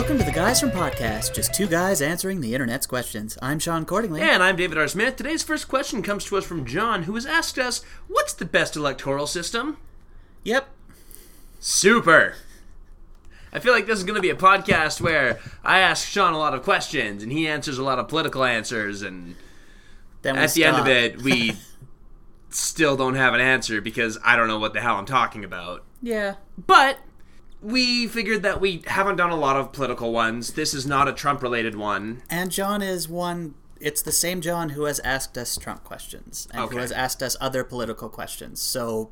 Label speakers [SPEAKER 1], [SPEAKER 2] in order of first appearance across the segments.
[SPEAKER 1] Classroom Podcast, just two guys answering the internet's questions. I'm Sean Cordingley.
[SPEAKER 2] And I'm David R. Smith. Today's first question comes to us from John, who has asked us, What's the best electoral system?
[SPEAKER 1] Yep.
[SPEAKER 2] Super. I feel like this is going to be a podcast where I ask Sean a lot of questions and he answers a lot of political answers, and
[SPEAKER 1] Then we
[SPEAKER 2] at the end of
[SPEAKER 1] stop.
[SPEAKER 2] it, we still don't have an answer because I don't know what the hell I'm talking about.
[SPEAKER 1] Yeah.
[SPEAKER 2] But we figured that we haven't done a lot of political ones. This is not a Trump related one.
[SPEAKER 1] And John is one. It's the same John who has asked us Trump questions and
[SPEAKER 2] Okay.
[SPEAKER 1] who has asked us other political questions. So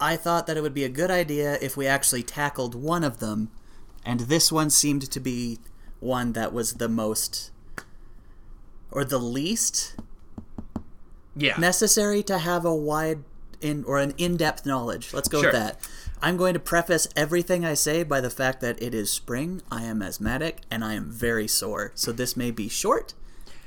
[SPEAKER 1] I thought that it would be a good idea if we actually tackled one of them. And this one seemed to be one that was the most or the least
[SPEAKER 2] Yeah.
[SPEAKER 1] necessary to have a wide in or an in-depth knowledge. Let's go
[SPEAKER 2] Sure.
[SPEAKER 1] with that. I'm going to preface everything I say by the fact that it is spring, I am asthmatic, and I am very sore. So this may be short,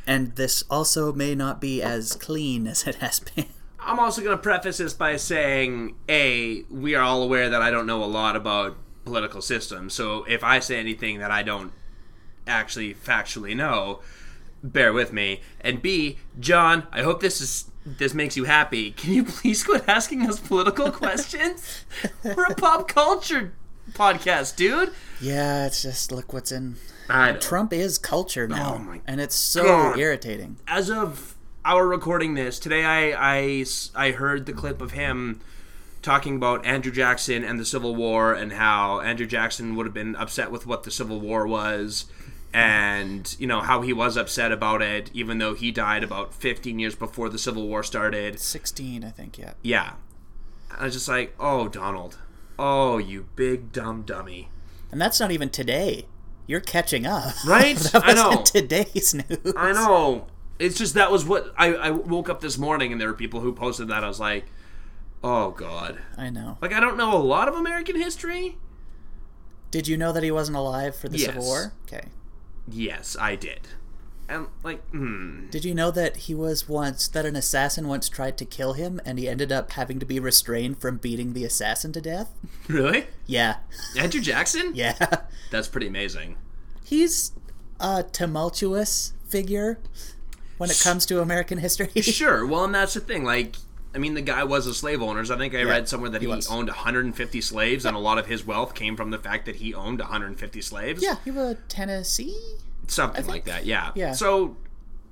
[SPEAKER 1] and this also may not be as clean as it has been.
[SPEAKER 2] I'm also going to preface this by saying, A, we are all aware that I don't know a lot about political systems. So if I say anything that I don't actually factually know, bear with me. And B, John, I hope this is this makes you happy. Can you please quit asking us political questions? We're a pop culture podcast, dude.
[SPEAKER 1] Yeah, it's just look what's in.
[SPEAKER 2] I don't-
[SPEAKER 1] Trump is culture now,
[SPEAKER 2] Oh my
[SPEAKER 1] and it's so
[SPEAKER 2] God.
[SPEAKER 1] irritating.
[SPEAKER 2] as of our recording this today, I, I s- I heard the clip of him talking about Andrew Jackson and the Civil War and how Andrew Jackson would have been upset with what the Civil War was, and you know how he was upset about it, even though he died about 15 years before the Civil War started.
[SPEAKER 1] Sixteen, I think. Yeah.
[SPEAKER 2] Yeah, I was just like, oh Donald, oh you big dumb dummy.
[SPEAKER 1] And that's not even today. You're catching up.
[SPEAKER 2] Right?
[SPEAKER 1] that
[SPEAKER 2] I
[SPEAKER 1] wasn't
[SPEAKER 2] know.
[SPEAKER 1] today's news.
[SPEAKER 2] I know. It's just that was what I, I woke up this morning and there were people who posted that. I was like, oh god.
[SPEAKER 1] I know.
[SPEAKER 2] Like I don't know a lot of American history.
[SPEAKER 1] Did you know that he wasn't alive for the Civil
[SPEAKER 2] Yes.
[SPEAKER 1] War? Okay.
[SPEAKER 2] Yes, I did. And like, hmm.
[SPEAKER 1] Did you know that he was once that an assassin once tried to kill him and he ended up having to be restrained from beating the assassin to death?
[SPEAKER 2] Really?
[SPEAKER 1] Yeah.
[SPEAKER 2] Andrew Jackson?
[SPEAKER 1] Yeah.
[SPEAKER 2] That's pretty amazing.
[SPEAKER 1] He's a tumultuous figure when it comes to American history.
[SPEAKER 2] Sure. Well, and that's the thing. Like, I mean, the guy was a slave owner. So I think I read somewhere that
[SPEAKER 1] he
[SPEAKER 2] he,
[SPEAKER 1] was.
[SPEAKER 2] owned 150 slaves, and a lot of his wealth came from the fact that he owned 150 slaves.
[SPEAKER 1] yeah, he was Tennessee?
[SPEAKER 2] something like that. Yeah.
[SPEAKER 1] Yeah.
[SPEAKER 2] So,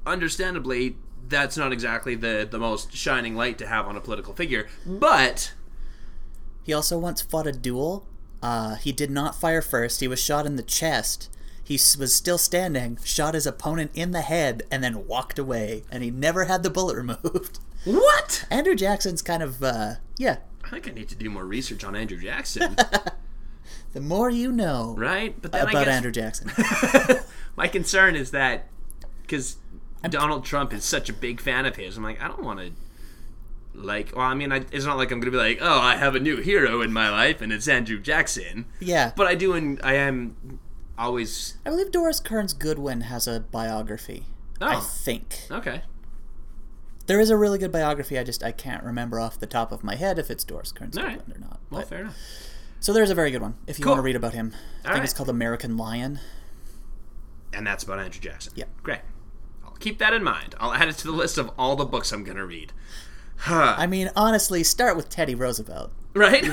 [SPEAKER 2] understandably, that's not exactly the the most shining light to have on a political figure, but.
[SPEAKER 1] He also once fought a duel. Uh, he did not fire first. He was shot in the chest. He s- was still standing, shot his opponent in the head, and then walked away. And he never had the bullet removed.
[SPEAKER 2] What?
[SPEAKER 1] Andrew Jackson's kind of, uh, yeah,
[SPEAKER 2] I think I need to do more research on Andrew Jackson,
[SPEAKER 1] the more you know
[SPEAKER 2] right? But then I
[SPEAKER 1] about
[SPEAKER 2] guess
[SPEAKER 1] Andrew Jackson.
[SPEAKER 2] my concern is that because Donald Trump is such a big fan of his, I'm like, I don't want to. Like, well, I mean, I, it's not like I'm gonna be like, oh, I have a new hero in my life, and it's Andrew Jackson.
[SPEAKER 1] yeah.
[SPEAKER 2] But I do, and I am always
[SPEAKER 1] I believe Doris Kearns Goodwin has a biography. I
[SPEAKER 2] Oh.
[SPEAKER 1] think.
[SPEAKER 2] okay.
[SPEAKER 1] There is a really good biography, I just I can't remember off the top of my head if it's Doris Kearns
[SPEAKER 2] All right.
[SPEAKER 1] Goodwin or not.
[SPEAKER 2] Well,
[SPEAKER 1] but-
[SPEAKER 2] fair enough.
[SPEAKER 1] so there's a very good one if you
[SPEAKER 2] Cool.
[SPEAKER 1] want to read about him. I think
[SPEAKER 2] All
[SPEAKER 1] it's
[SPEAKER 2] right. Oh.
[SPEAKER 1] called American Lion.
[SPEAKER 2] And that's about Andrew Jackson.
[SPEAKER 1] Yeah.
[SPEAKER 2] Great. I'll keep that in mind. I'll add it to the list of all the books I'm gonna read.
[SPEAKER 1] I mean, honestly, start with Teddy Roosevelt
[SPEAKER 2] Right?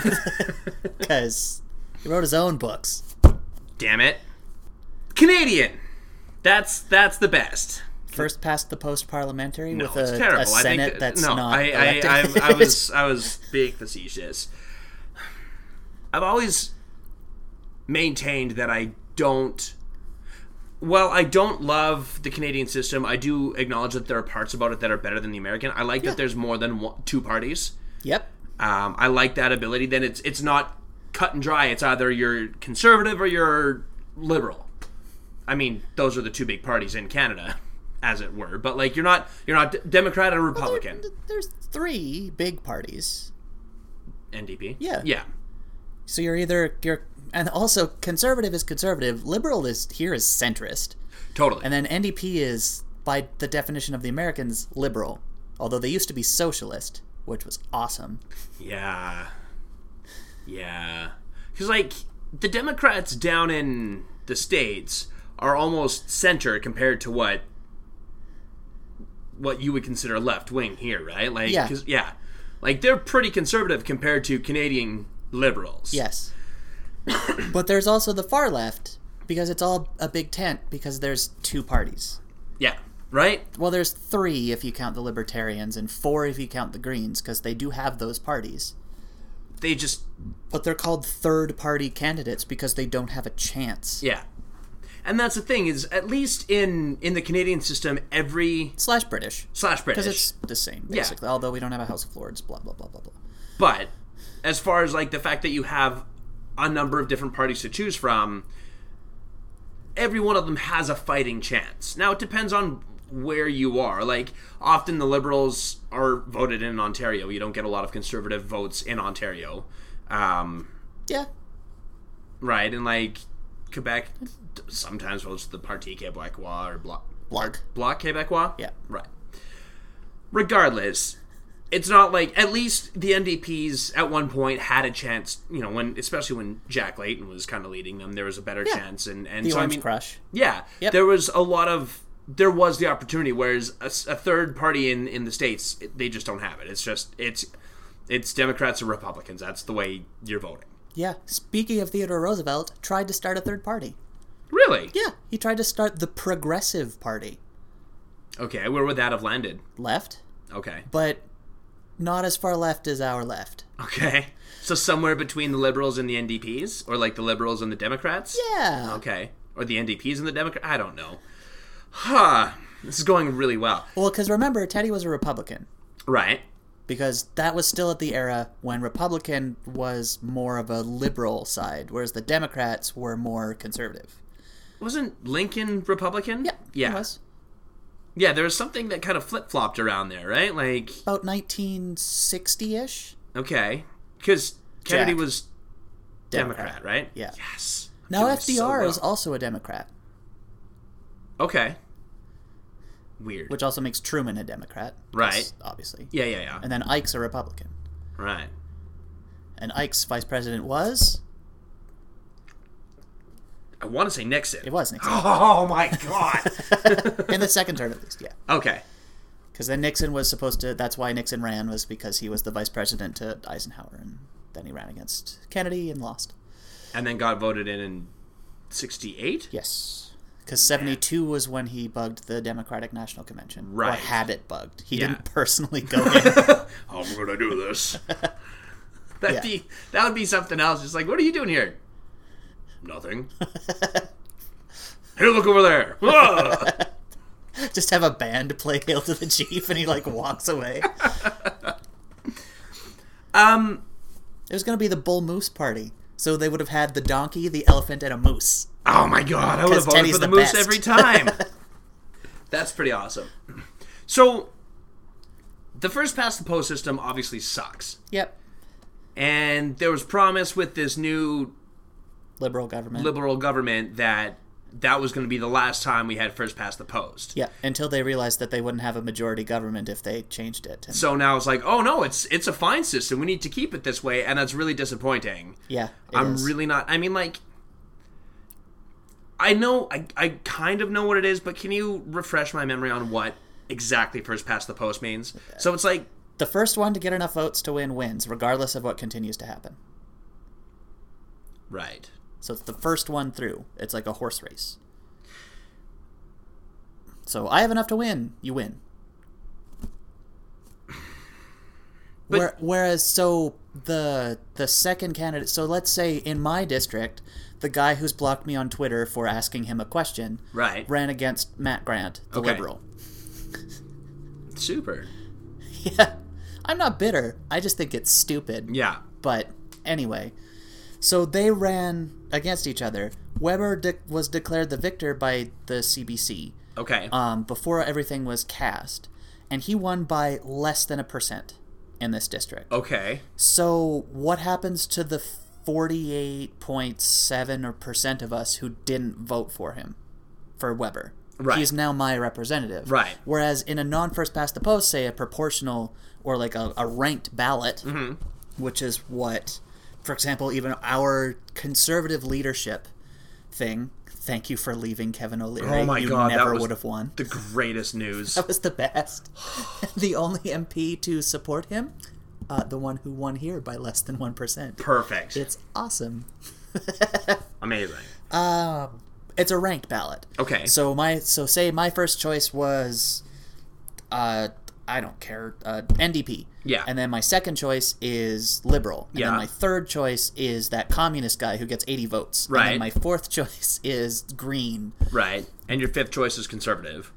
[SPEAKER 1] because he wrote his own books.
[SPEAKER 2] Damn it. Canadian. That's that's the best.
[SPEAKER 1] First past the post parliamentary
[SPEAKER 2] No,
[SPEAKER 1] with
[SPEAKER 2] it's
[SPEAKER 1] a,
[SPEAKER 2] terrible.
[SPEAKER 1] a Senate
[SPEAKER 2] I think
[SPEAKER 1] that's
[SPEAKER 2] no,
[SPEAKER 1] not.
[SPEAKER 2] I, I, I,
[SPEAKER 1] elected.
[SPEAKER 2] I was I was being facetious. I've always maintained that I don't. Well, I don't love the Canadian system. I do acknowledge that there are parts about it that are better than the American. I like that there's more than one, two parties.
[SPEAKER 1] yep.
[SPEAKER 2] Um, I like that ability. Then it's it's not cut and dry. It's either you're conservative or you're liberal. I mean, those are the two big parties in Canada, as it were. But like, you're not you're not D- Democrat or Republican.
[SPEAKER 1] There's three big parties.
[SPEAKER 2] NDP.
[SPEAKER 1] Yeah.
[SPEAKER 2] Yeah.
[SPEAKER 1] So you're either you're and also conservative is conservative, liberal is here is centrist,
[SPEAKER 2] Totally.
[SPEAKER 1] and then NDP is by the definition of the Americans liberal, although they used to be socialist, which was awesome.
[SPEAKER 2] yeah. Yeah. Because like the Democrats down in the states are almost center compared to what what you would consider left wing here, right? Like,
[SPEAKER 1] Yeah.
[SPEAKER 2] 'cause- yeah, like they're pretty conservative compared to Canadian liberals.
[SPEAKER 1] Yes. but there's also the far left because it's all a big tent because there's two parties.
[SPEAKER 2] yeah, right.
[SPEAKER 1] Well, there's three if you count the libertarians and four if you count the greens because they do have those parties.
[SPEAKER 2] They just
[SPEAKER 1] But they're called third party candidates because they don't have a chance.
[SPEAKER 2] yeah, and that's the thing is at least in in the Canadian system, every
[SPEAKER 1] Slash British.
[SPEAKER 2] slash British
[SPEAKER 1] Because it's the same, basically. Although we don't have a House of Lords, blah, blah, blah, blah, blah.
[SPEAKER 2] But as far as like the fact that you have a number of different parties to choose from, every one of them has a fighting chance. Now it depends on where you are. Like often the liberals are voted in Ontario. You don't get a lot of conservative votes in Ontario. Um,
[SPEAKER 1] Yeah.
[SPEAKER 2] right, and like Quebec d- sometimes votes the Parti Québécois or Bloc
[SPEAKER 1] Blarg.
[SPEAKER 2] Bloc Québécois.
[SPEAKER 1] Yeah.
[SPEAKER 2] Right. Regardless, it's not like at least the NDPs at one point had a chance. You know, when especially when Jack Layton was kind of leading them, there was a better chance. And and
[SPEAKER 1] The
[SPEAKER 2] so I
[SPEAKER 1] Orange
[SPEAKER 2] mean,
[SPEAKER 1] Crush.
[SPEAKER 2] yeah,
[SPEAKER 1] Yep.
[SPEAKER 2] there was a lot of there was the opportunity. Whereas a, s- a third party in in the states, it- they just don't have it. It's just it's it's Democrats or Republicans. That's the way you're voting.
[SPEAKER 1] Yeah. Speaking of Theodore Roosevelt, tried to start a third party.
[SPEAKER 2] Really?
[SPEAKER 1] Yeah. He tried to start the Progressive Party.
[SPEAKER 2] Okay. Where would that have landed?
[SPEAKER 1] Left,
[SPEAKER 2] Okay.
[SPEAKER 1] but not as far left as our left.
[SPEAKER 2] Okay. So somewhere between the liberals and the NDPs, or like the liberals and the Democrats.
[SPEAKER 1] Yeah.
[SPEAKER 2] Okay. Or the NDPs and the Democrats? I don't know. Huh. This is going really well.
[SPEAKER 1] Well, because remember, Teddy was a Republican.
[SPEAKER 2] Right.
[SPEAKER 1] Because that was still at the era when Republican was more of a liberal side, whereas the Democrats were more conservative.
[SPEAKER 2] Wasn't Lincoln Republican?
[SPEAKER 1] Yeah, he
[SPEAKER 2] Yeah.
[SPEAKER 1] was.
[SPEAKER 2] Yeah, there was something that kind of flip flopped around there, right? Like,
[SPEAKER 1] About 1960 ish.
[SPEAKER 2] okay. Because Kennedy
[SPEAKER 1] Jack.
[SPEAKER 2] was Democrat, right?
[SPEAKER 1] Yeah.
[SPEAKER 2] Yes.
[SPEAKER 1] Now
[SPEAKER 2] Doing
[SPEAKER 1] FDR
[SPEAKER 2] so well.
[SPEAKER 1] is also a Democrat,
[SPEAKER 2] Okay. Weird.
[SPEAKER 1] which also makes Truman a Democrat. 'cause
[SPEAKER 2] Right.
[SPEAKER 1] Obviously.
[SPEAKER 2] yeah, yeah, yeah.
[SPEAKER 1] And then Ike's a Republican.
[SPEAKER 2] Right.
[SPEAKER 1] And Ike's vice president was?
[SPEAKER 2] I want to say Nixon.
[SPEAKER 1] It was Nixon.
[SPEAKER 2] Oh, my God.
[SPEAKER 1] In the second term, at least, yeah.
[SPEAKER 2] okay.
[SPEAKER 1] Because then Nixon was supposed to. That's why Nixon ran was because he was the vice president to Eisenhower, and then he ran against Kennedy and lost.
[SPEAKER 2] And then got voted in in 68?
[SPEAKER 1] Yes. Because seventy two was when he bugged the Democratic National Convention, Or
[SPEAKER 2] Right.
[SPEAKER 1] had it bugged. He
[SPEAKER 2] Yeah.
[SPEAKER 1] didn't personally go in.
[SPEAKER 2] how am I gonna do this? That'd
[SPEAKER 1] Yeah.
[SPEAKER 2] be that would be something else. Just like, what are you doing here? Nothing. hey, look over there. Oh Ugh.
[SPEAKER 1] Just have a band play "Hail to the Chief," and he like walks away.
[SPEAKER 2] um,
[SPEAKER 1] It was gonna be the bull moose party, so they would have had the donkey, the elephant, and a moose.
[SPEAKER 2] oh my god, I would have
[SPEAKER 1] 'Cause
[SPEAKER 2] voted
[SPEAKER 1] Teddy's
[SPEAKER 2] for the,
[SPEAKER 1] the
[SPEAKER 2] moose
[SPEAKER 1] best.
[SPEAKER 2] every time. That's pretty awesome. So, the first past the post system obviously sucks,
[SPEAKER 1] Yep.
[SPEAKER 2] and there was promise with this new
[SPEAKER 1] Liberal government.
[SPEAKER 2] liberal government that that was going to be the last time we had first past the post.
[SPEAKER 1] yeah. Until they realized that they wouldn't have a majority government if they changed it. And-
[SPEAKER 2] So now it's like, oh no, it's it's a fine system. We need to keep it this way, and that's really disappointing.
[SPEAKER 1] yeah. it
[SPEAKER 2] I'm
[SPEAKER 1] is.
[SPEAKER 2] really not. I mean, like, I know, I I kind of know what it is, but can you refresh my memory on what exactly first past the post means? So it's like,
[SPEAKER 1] The first one to get enough votes to win wins, regardless of what continues to happen.
[SPEAKER 2] right,
[SPEAKER 1] So it's the first one through. It's like a horse race. So I have enough to win. You win.
[SPEAKER 2] But-
[SPEAKER 1] Where, whereas, so the the second candidate. So let's say in my district, the guy who's blocked me on Twitter for asking him a question
[SPEAKER 2] right,
[SPEAKER 1] ran against Matt Grant, the
[SPEAKER 2] Okay.
[SPEAKER 1] liberal.
[SPEAKER 2] super,
[SPEAKER 1] Yeah, I'm not bitter. I just think it's stupid.
[SPEAKER 2] yeah,
[SPEAKER 1] But anyway, so they ran against each other. Weber de- was declared the victor by the CBC
[SPEAKER 2] okay,
[SPEAKER 1] um, before everything was cast, and he won by less than a percent in this district.
[SPEAKER 2] okay,
[SPEAKER 1] So what happens to the forty-eight point seven or percent of us who didn't vote for him, for Weber?
[SPEAKER 2] Right.
[SPEAKER 1] He's now my representative.
[SPEAKER 2] Right.
[SPEAKER 1] Whereas in a non-first past the post, say a proportional or like a, a ranked ballot,
[SPEAKER 2] Mm-hmm.
[SPEAKER 1] which is what, for example, even our conservative leadership thing Thank you for leaving Kevin O'Leary.
[SPEAKER 2] Oh my
[SPEAKER 1] you
[SPEAKER 2] god,
[SPEAKER 1] never
[SPEAKER 2] that was
[SPEAKER 1] would have won.
[SPEAKER 2] the greatest news.
[SPEAKER 1] That was the best. the only MP to support him, uh, the one who won here by less than one percent.
[SPEAKER 2] Perfect.
[SPEAKER 1] It's awesome.
[SPEAKER 2] Amazing.
[SPEAKER 1] It's a ranked ballot.
[SPEAKER 2] Okay.
[SPEAKER 1] So my so say my first choice was, uh, I don't care, uh, NDP.
[SPEAKER 2] Yeah.
[SPEAKER 1] And then my second choice is liberal. And
[SPEAKER 2] Yeah.
[SPEAKER 1] Then my third choice is that communist guy who gets eighty votes. And
[SPEAKER 2] Right.
[SPEAKER 1] then my fourth choice is green.
[SPEAKER 2] right. And your fifth choice is conservative.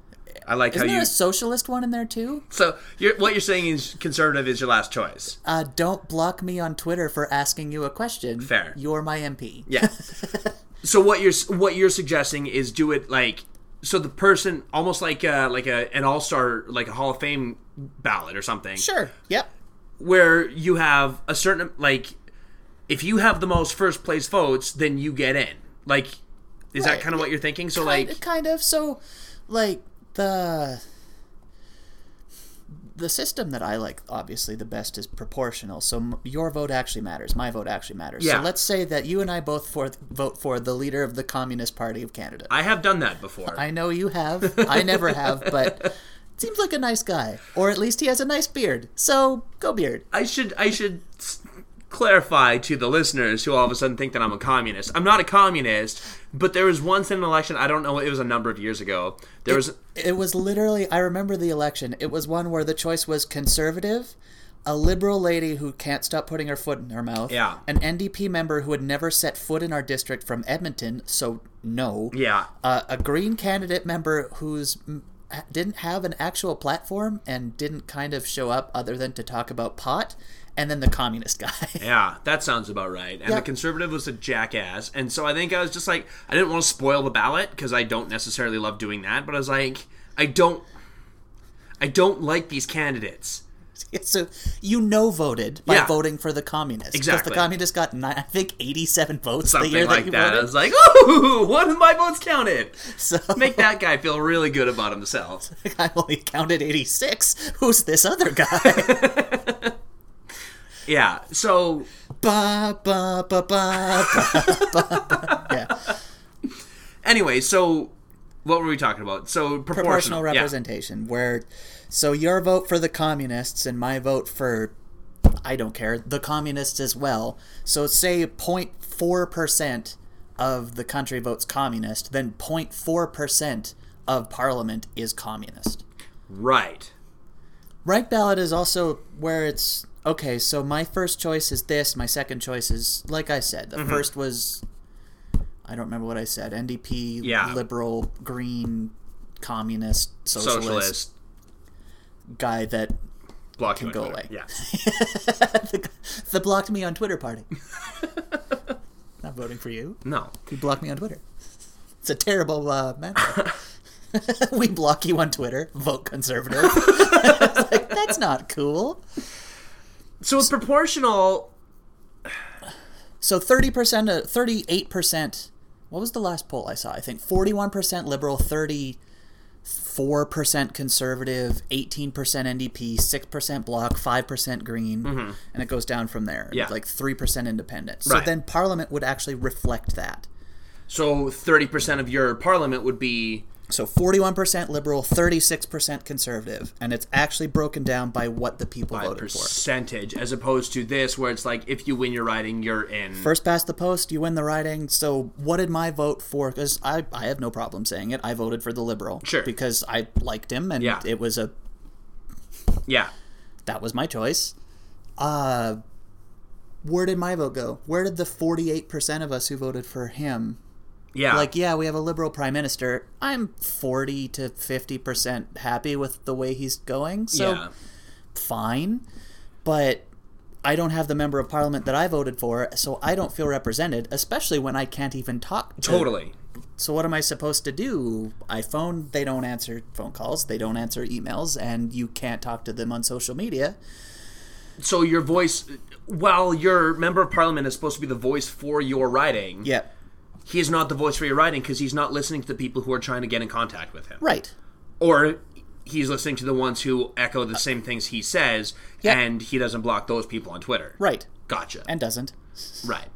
[SPEAKER 2] I like
[SPEAKER 1] Isn't
[SPEAKER 2] how
[SPEAKER 1] there
[SPEAKER 2] you.
[SPEAKER 1] a socialist one in there too?
[SPEAKER 2] So you're, what you're saying is conservative is your last choice.
[SPEAKER 1] Uh, don't block me on Twitter for asking you a question.
[SPEAKER 2] Fair.
[SPEAKER 1] You're my MP.
[SPEAKER 2] Yeah. so what you're what you're suggesting is do it like so the person almost like uh like a an all star like a Hall of Fame ballot or something
[SPEAKER 1] Sure. Yep.
[SPEAKER 2] where you have a certain like if you have the most first place votes then you get in like is that
[SPEAKER 1] Right.
[SPEAKER 2] kind of what you're thinking so
[SPEAKER 1] Kind-
[SPEAKER 2] like
[SPEAKER 1] kind of so like the the system that i like obviously the best is proportional so m- your vote actually matters my vote actually matters
[SPEAKER 2] Yeah.
[SPEAKER 1] so let's say that you and i both for, vote for the leader of the communist party of canada
[SPEAKER 2] I have done that before
[SPEAKER 1] i know you have i never have but seems like a nice guy or at least he has a nice beard so go beard
[SPEAKER 2] I should I should s- clarify to the listeners who all of a sudden think that I'm a communist. I'm not a communist, but there was once in an election. I don't know. It was a number of years ago. There was
[SPEAKER 1] It was literally, I remember the election. It was one where the choice was conservative, a liberal lady who can't stop putting her foot in her mouth,
[SPEAKER 2] Yeah.
[SPEAKER 1] an NDP member who had never set foot in our district from Edmonton, so no,
[SPEAKER 2] yeah.
[SPEAKER 1] uh, a Green candidate member who's m- ha- didn't have an actual platform and didn't kind of show up other than to talk about pot, and then the communist guy.
[SPEAKER 2] Yeah, that sounds about right. And the
[SPEAKER 1] Yep.
[SPEAKER 2] conservative was a jackass. And so I think I was just like, I didn't want to spoil the ballot because I don't necessarily love doing that. But I was like, I don't, I don't like these candidates.
[SPEAKER 1] so you no voted by
[SPEAKER 2] Yeah.
[SPEAKER 1] voting for the communist
[SPEAKER 2] Exactly.
[SPEAKER 1] the communist got ni- I think eighty-seven votes the year
[SPEAKER 2] Something
[SPEAKER 1] that you
[SPEAKER 2] like that. I
[SPEAKER 1] voted.
[SPEAKER 2] was like, oh, one of my votes counted.
[SPEAKER 1] So
[SPEAKER 2] Make that guy feel really good about himself.
[SPEAKER 1] I only counted 86. Who's this other guy?
[SPEAKER 2] Yeah. So
[SPEAKER 1] ba, ba, ba, ba, ba, ba, ba. Yeah.
[SPEAKER 2] Anyway, so what were we talking about? So proportional,
[SPEAKER 1] Proportional
[SPEAKER 2] yeah.
[SPEAKER 1] representation, where. So your vote for the communists and my vote for, I don't care, the communists as well. So say 0.4% of the country votes communist, then 0.4% of parliament is communist.
[SPEAKER 2] Right.
[SPEAKER 1] Right ballot is also where it's okay. So my first choice is this. My second choice is like I said.
[SPEAKER 2] Mm-hmm.
[SPEAKER 1] The first was I don't remember what I said. NDP,
[SPEAKER 2] Yeah.
[SPEAKER 1] liberal, green, communist, socialist,
[SPEAKER 2] Socialist,
[SPEAKER 1] guy that
[SPEAKER 2] block can
[SPEAKER 1] go away.
[SPEAKER 2] Yeah.
[SPEAKER 1] the, the blocked me on Twitter party. Not voting for you.
[SPEAKER 2] No.
[SPEAKER 1] You blocked me on Twitter. It's a terrible uh, mantra. we block you on Twitter. Vote conservative. It's like, That's not cool.
[SPEAKER 2] So with proportional
[SPEAKER 1] So thirty percent, thirty-eight percent. What was the last poll I saw? I think forty-one percent liberal, thirty-four percent conservative, eighteen percent NDP, six percent bloc, five percent green, and it goes down from there.
[SPEAKER 2] Mm-hmm. Yeah.
[SPEAKER 1] like three percent independent. So
[SPEAKER 2] Right.
[SPEAKER 1] then Parliament would actually reflect that.
[SPEAKER 2] so thirty percent of your parliament would be
[SPEAKER 1] So forty-one percent liberal, thirty-six percent conservative, and it's actually broken down by what the people
[SPEAKER 2] a
[SPEAKER 1] voted for.
[SPEAKER 2] percentage as opposed to this where it's like if you win your riding you're in
[SPEAKER 1] First past the post, you win the writing. So, what did my vote for? Because I, I have no problem saying it. I voted for the liberal,
[SPEAKER 2] Sure.
[SPEAKER 1] because I liked him, and
[SPEAKER 2] Yeah.
[SPEAKER 1] it was a
[SPEAKER 2] Yeah.
[SPEAKER 1] that was my choice. Uh, where did my vote go? Where did the forty-eight percent of us who voted for him?
[SPEAKER 2] Yeah.
[SPEAKER 1] Like, yeah, we have a liberal prime minister. I'm forty to fifty percent happy with the way he's going. So
[SPEAKER 2] yeah.
[SPEAKER 1] fine, but I don't have the member of parliament that I voted for, so I don't feel represented, especially when I can't even talk. To.
[SPEAKER 2] Totally.
[SPEAKER 1] So what am I supposed to do? I phone, they don't answer phone calls, they don't answer emails, and you can't talk to them on social media.
[SPEAKER 2] So your voice while your member of parliament is supposed to be the voice for your riding,
[SPEAKER 1] Yeah,
[SPEAKER 2] he is not the voice for your riding because he's not listening to the people who are trying to get in contact with him.
[SPEAKER 1] right.
[SPEAKER 2] or he's listening to the ones who echo the same things he says
[SPEAKER 1] Yeah.
[SPEAKER 2] and he doesn't block those people on twitter
[SPEAKER 1] Right.
[SPEAKER 2] gotcha
[SPEAKER 1] And doesn't.
[SPEAKER 2] right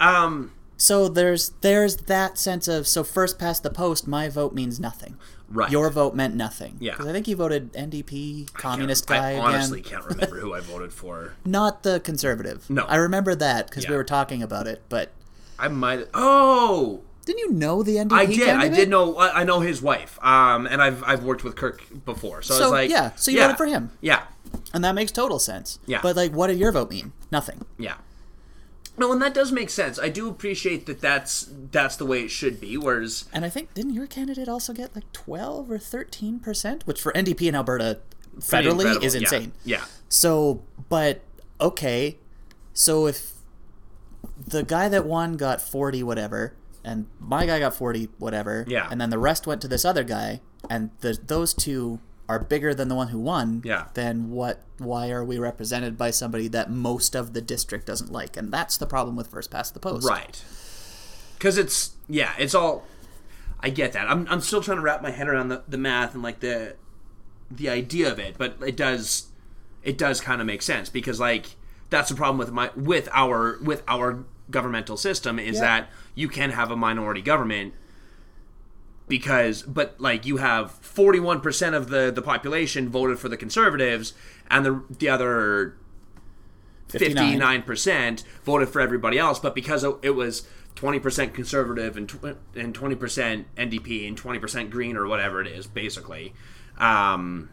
[SPEAKER 2] um
[SPEAKER 1] So there's there's that sense of so first past the post, my vote means nothing.
[SPEAKER 2] Right.
[SPEAKER 1] Your vote meant nothing.
[SPEAKER 2] Yeah.
[SPEAKER 1] 'Cause I think you voted NDP communist guy
[SPEAKER 2] I honestly
[SPEAKER 1] again.
[SPEAKER 2] can't remember who I voted for.
[SPEAKER 1] Not the conservative.
[SPEAKER 2] No.
[SPEAKER 1] I remember that because we
[SPEAKER 2] Yeah.
[SPEAKER 1] were talking about it. But
[SPEAKER 2] I might. Oh,
[SPEAKER 1] didn't you know the NDP?
[SPEAKER 2] I did. I
[SPEAKER 1] candidate?
[SPEAKER 2] did know. I I know his wife. Um, and I've I've worked with Kirk before, so,
[SPEAKER 1] So,
[SPEAKER 2] it's like
[SPEAKER 1] yeah, so you voted for him.
[SPEAKER 2] Yeah,
[SPEAKER 1] and that makes total sense.
[SPEAKER 2] Yeah.
[SPEAKER 1] But like, what did your vote mean? Nothing.
[SPEAKER 2] yeah. No, and that does make sense. I do appreciate that. That's that's the way it should be. Whereas
[SPEAKER 1] And I think didn't your candidate also get like twelve or thirteen percent, which for NDP in Alberta
[SPEAKER 2] pretty
[SPEAKER 1] federally
[SPEAKER 2] incredible,
[SPEAKER 1] is
[SPEAKER 2] yeah,
[SPEAKER 1] insane.
[SPEAKER 2] Yeah,
[SPEAKER 1] So, but okay. So if the guy that won got 40 whatever and my guy got 40 whatever
[SPEAKER 2] Yeah.
[SPEAKER 1] and then the rest went to this other guy and the, those two are bigger than the one who won,
[SPEAKER 2] Yeah.
[SPEAKER 1] then what why are we represented by somebody that most of the district doesn't like? And that's the problem with first past the post.
[SPEAKER 2] right. Because it's yeah, it's all. I get that. I'm I'm still trying to wrap my head around the, the math and like the the idea of it, but it does it does kind of make sense because like that's the problem with my with our with our governmental system is
[SPEAKER 1] Yeah.
[SPEAKER 2] that you can have a minority government because but like you have 41% of the the population voted for the conservatives and the the other
[SPEAKER 1] 59.
[SPEAKER 2] 59% voted for everybody else but because it it was 20% conservative and tw- and 20% NDP and 20% green or whatever it is basically um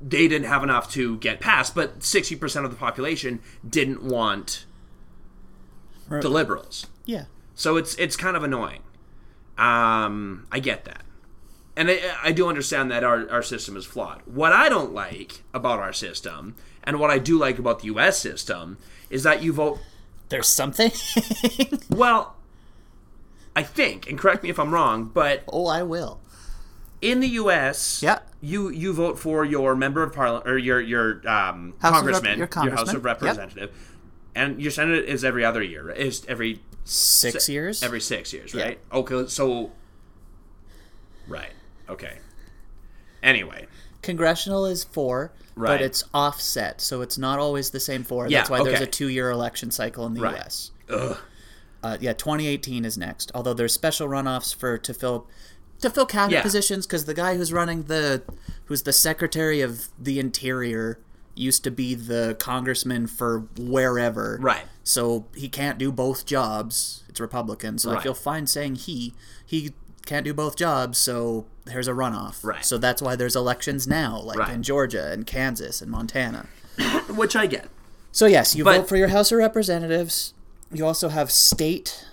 [SPEAKER 2] they didn't have enough to get past, but 60% of the population didn't want
[SPEAKER 1] Right.
[SPEAKER 2] the liberals.
[SPEAKER 1] Yeah.
[SPEAKER 2] So it's it's kind of annoying. Um, I get that. And I, I do understand that our, our system is flawed. What I don't like about our system, and what I do like about the US system, is that you vote
[SPEAKER 1] There's something.
[SPEAKER 2] well, I think, and correct me if I'm wrong, but
[SPEAKER 1] oh, I will.
[SPEAKER 2] in the U.S.,
[SPEAKER 1] Yeah.
[SPEAKER 2] you you vote for your member of parliament or your your um,
[SPEAKER 1] House of
[SPEAKER 2] congressman,
[SPEAKER 1] Rep- your
[SPEAKER 2] your House
[SPEAKER 1] congressman, yep.
[SPEAKER 2] of Representative, and your Senate is every other year. right? Is every
[SPEAKER 1] Six years?
[SPEAKER 2] every six years,
[SPEAKER 1] Yeah.
[SPEAKER 2] right? Okay, so right, okay. Anyway,
[SPEAKER 1] Congressional is four,
[SPEAKER 2] Right.
[SPEAKER 1] but it's offset, so it's not always the same four.
[SPEAKER 2] Yeah,
[SPEAKER 1] That's why there's
[SPEAKER 2] okay.
[SPEAKER 1] a two-year election cycle in the
[SPEAKER 2] Right.
[SPEAKER 1] U.S.
[SPEAKER 2] Ugh.
[SPEAKER 1] Uh, yeah, 2018 is next. Although there's special runoffs for to fill to fill cabinet
[SPEAKER 2] Yeah.
[SPEAKER 1] positions because the guy who's running the who's the Secretary of the Interior used to be the congressman for wherever.
[SPEAKER 2] Right.
[SPEAKER 1] So he can't do both jobs. It's Republican, so
[SPEAKER 2] Right.
[SPEAKER 1] I feel fine saying he he can't do both jobs. So there's a runoff.
[SPEAKER 2] Right.
[SPEAKER 1] So that's why there's elections now, like
[SPEAKER 2] Right.
[SPEAKER 1] in Georgia and Kansas and Montana.
[SPEAKER 2] which I get.
[SPEAKER 1] So yes, you
[SPEAKER 2] But-
[SPEAKER 1] vote for your House of Representatives. You also have state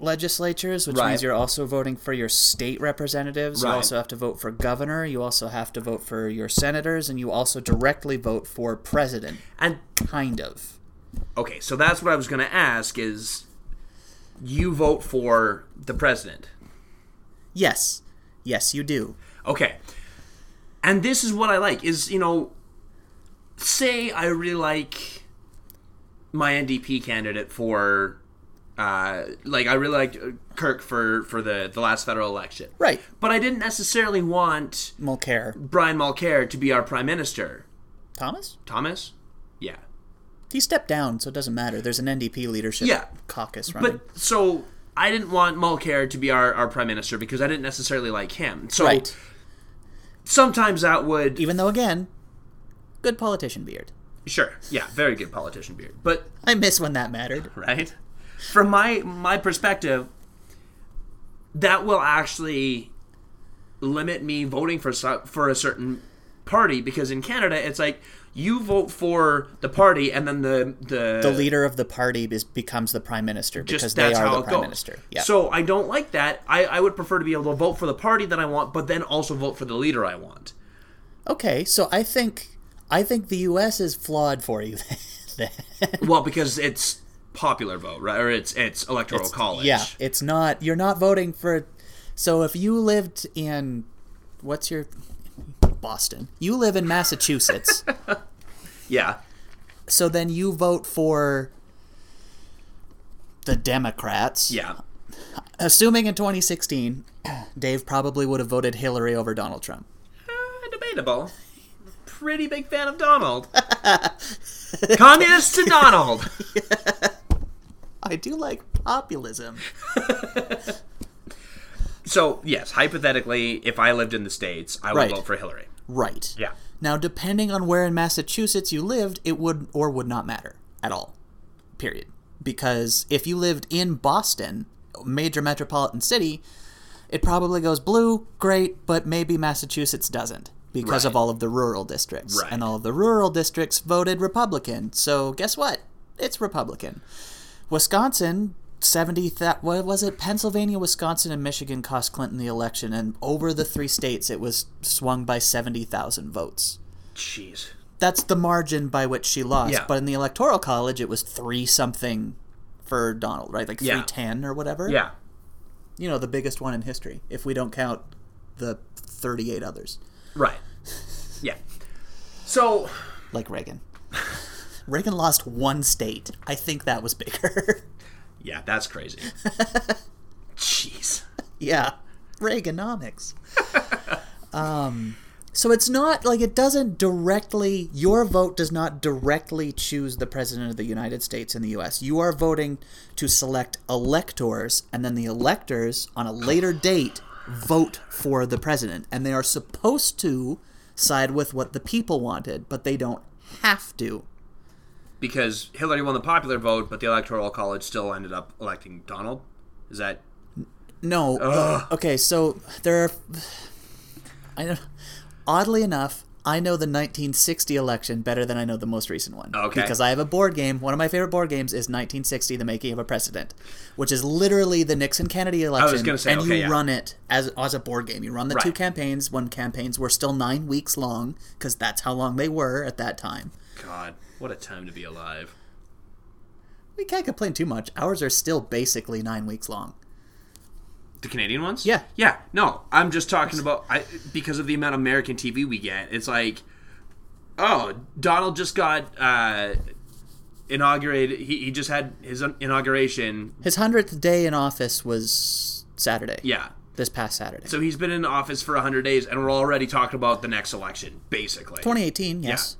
[SPEAKER 1] legislatures, which
[SPEAKER 2] Right.
[SPEAKER 1] means you're also voting for your state representatives.
[SPEAKER 2] Right.
[SPEAKER 1] You also have to vote for governor. You also have to vote for your senators, and you also directly vote for president,
[SPEAKER 2] And
[SPEAKER 1] kind of.
[SPEAKER 2] okay, so that's what I was going to ask: is you vote for the president?
[SPEAKER 1] Yes, yes, you do.
[SPEAKER 2] Okay. And this is what I like is, you know, say I really like my NDP candidate for uh like I really liked uh, Kirk for for the the last federal election.
[SPEAKER 1] Right,
[SPEAKER 2] But I didn't necessarily want
[SPEAKER 1] Mulcair,
[SPEAKER 2] Brian Mulcair to be our prime minister.
[SPEAKER 1] Thomas.
[SPEAKER 2] Thomas? Yeah.
[SPEAKER 1] He stepped down, so it doesn't matter. There's an NDP leadership
[SPEAKER 2] Yeah.
[SPEAKER 1] caucus running.
[SPEAKER 2] But so I didn't want Mulcair to be our, our prime minister because I didn't necessarily like him. So
[SPEAKER 1] right,
[SPEAKER 2] sometimes that would
[SPEAKER 1] even though again, good politician beard.
[SPEAKER 2] sure. Yeah, very good politician beard. But
[SPEAKER 1] I miss when that mattered.
[SPEAKER 2] right? From my my perspective, that will actually limit me voting for so- for a certain party because in Canada it's like you vote for the party and then the the,
[SPEAKER 1] the leader of the party is, becomes the prime minister
[SPEAKER 2] just
[SPEAKER 1] because they
[SPEAKER 2] that's
[SPEAKER 1] are
[SPEAKER 2] how
[SPEAKER 1] the
[SPEAKER 2] it
[SPEAKER 1] prime
[SPEAKER 2] goes.
[SPEAKER 1] minister. Yeah.
[SPEAKER 2] So I don't like that. I, I would prefer to be able to vote for the party that I want, but then also vote for the leader I want.
[SPEAKER 1] okay, so I think I think the U.S. is flawed for you. then.
[SPEAKER 2] Well, because it's popular vote, right? Or it's it's electoral Oh, college.
[SPEAKER 1] yeah, it's not. You're not voting for. So if you lived in, what's your, Boston? You live in Massachusetts,
[SPEAKER 2] Yeah.
[SPEAKER 1] so then you vote for. The Democrats.
[SPEAKER 2] Yeah.
[SPEAKER 1] Assuming in 2016, Dave probably would have voted Hillary over Donald Trump.
[SPEAKER 2] Uh, debatable. Pretty big fan of Donald. Communist to Donald.
[SPEAKER 1] I do like populism.
[SPEAKER 2] So yes, hypothetically, if I lived in the states, I would
[SPEAKER 1] Right.
[SPEAKER 2] vote for Hillary.
[SPEAKER 1] Right.
[SPEAKER 2] Yeah.
[SPEAKER 1] Now, depending on where in Massachusetts you lived, it would or would not matter at all. Period. Because if you lived in Boston, a major metropolitan city, it probably goes blue, great, but maybe Massachusetts doesn't because of
[SPEAKER 2] Right.
[SPEAKER 1] all of the rural districts.
[SPEAKER 2] Right.
[SPEAKER 1] And all of the rural districts voted Republican. So, guess what? It's Republican. Wisconsin, 70, th- what was it? Pennsylvania, Wisconsin, and Michigan cost Clinton the election, and over the three states, it was swung by 70,000 votes.
[SPEAKER 2] Jeez.
[SPEAKER 1] That's the margin by which she lost.
[SPEAKER 2] Yeah.
[SPEAKER 1] But in the Electoral College, it was three something for Donald, right? Like
[SPEAKER 2] Yeah.
[SPEAKER 1] 310 or whatever.
[SPEAKER 2] Yeah.
[SPEAKER 1] You know, the biggest one in history, if we don't count the 38 others,
[SPEAKER 2] Right. Yeah. So
[SPEAKER 1] like Reagan. Reagan lost one state. I think that was bigger.
[SPEAKER 2] yeah, that's crazy. Jeez.
[SPEAKER 1] Yeah. Reaganomics. um, so it's not like it doesn't directly, your vote does not directly choose the president of the United States in the U.S. You are voting to select electors, and then the electors on a later date vote for the president. And they are supposed to side with what the people wanted, but they don't have to.
[SPEAKER 2] Because Hillary won the popular vote, but the electoral college still ended up electing Donald. Is that
[SPEAKER 1] No. Okay, so there are. I know. Oddly enough, I know the 1960 election better than I know the most recent one.
[SPEAKER 2] Okay.
[SPEAKER 1] Because I have a board game. One of my favorite board games is 1960: The Making of a President, which is literally the Nixon Kennedy election.
[SPEAKER 2] gonna say,
[SPEAKER 1] and
[SPEAKER 2] okay,
[SPEAKER 1] you
[SPEAKER 2] yeah.
[SPEAKER 1] run it as as a board game. You run the two
[SPEAKER 2] Right.
[SPEAKER 1] campaigns when campaigns were still nine weeks long, because that's how long they were at that time.
[SPEAKER 2] God, what a time to be alive.
[SPEAKER 1] We can't complain too much. Ours are still basically nine weeks long.
[SPEAKER 2] The Canadian ones?
[SPEAKER 1] Yeah.
[SPEAKER 2] Yeah. No, I'm just talking about I because of the amount of American TV we get. It's like, oh, Donald just got uh, inaugurated. He, he just had his inauguration.
[SPEAKER 1] His hundredth day in office was Saturday.
[SPEAKER 2] Yeah.
[SPEAKER 1] This past Saturday.
[SPEAKER 2] So he's been in office for 100 days, and we're already talking about the next election, basically.
[SPEAKER 1] 2018, yes.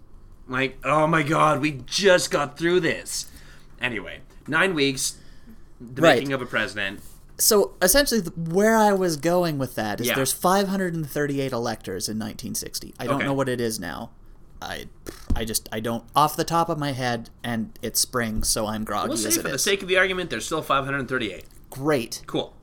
[SPEAKER 2] Like, oh my God, we just got through this. Anyway, nine weeks, the
[SPEAKER 1] Right.
[SPEAKER 2] making of a president.
[SPEAKER 1] So essentially, th- where I was going with that is
[SPEAKER 2] Yeah.
[SPEAKER 1] there's 538 electors in 1960. I don't
[SPEAKER 2] Okay.
[SPEAKER 1] know what it is now. I, I just I don't off the top of my head, and it's spring, so I'm groggy
[SPEAKER 2] We'll
[SPEAKER 1] as
[SPEAKER 2] say,
[SPEAKER 1] it
[SPEAKER 2] for the
[SPEAKER 1] is.
[SPEAKER 2] sake of the argument, there's still 538.
[SPEAKER 1] Great.
[SPEAKER 2] Cool.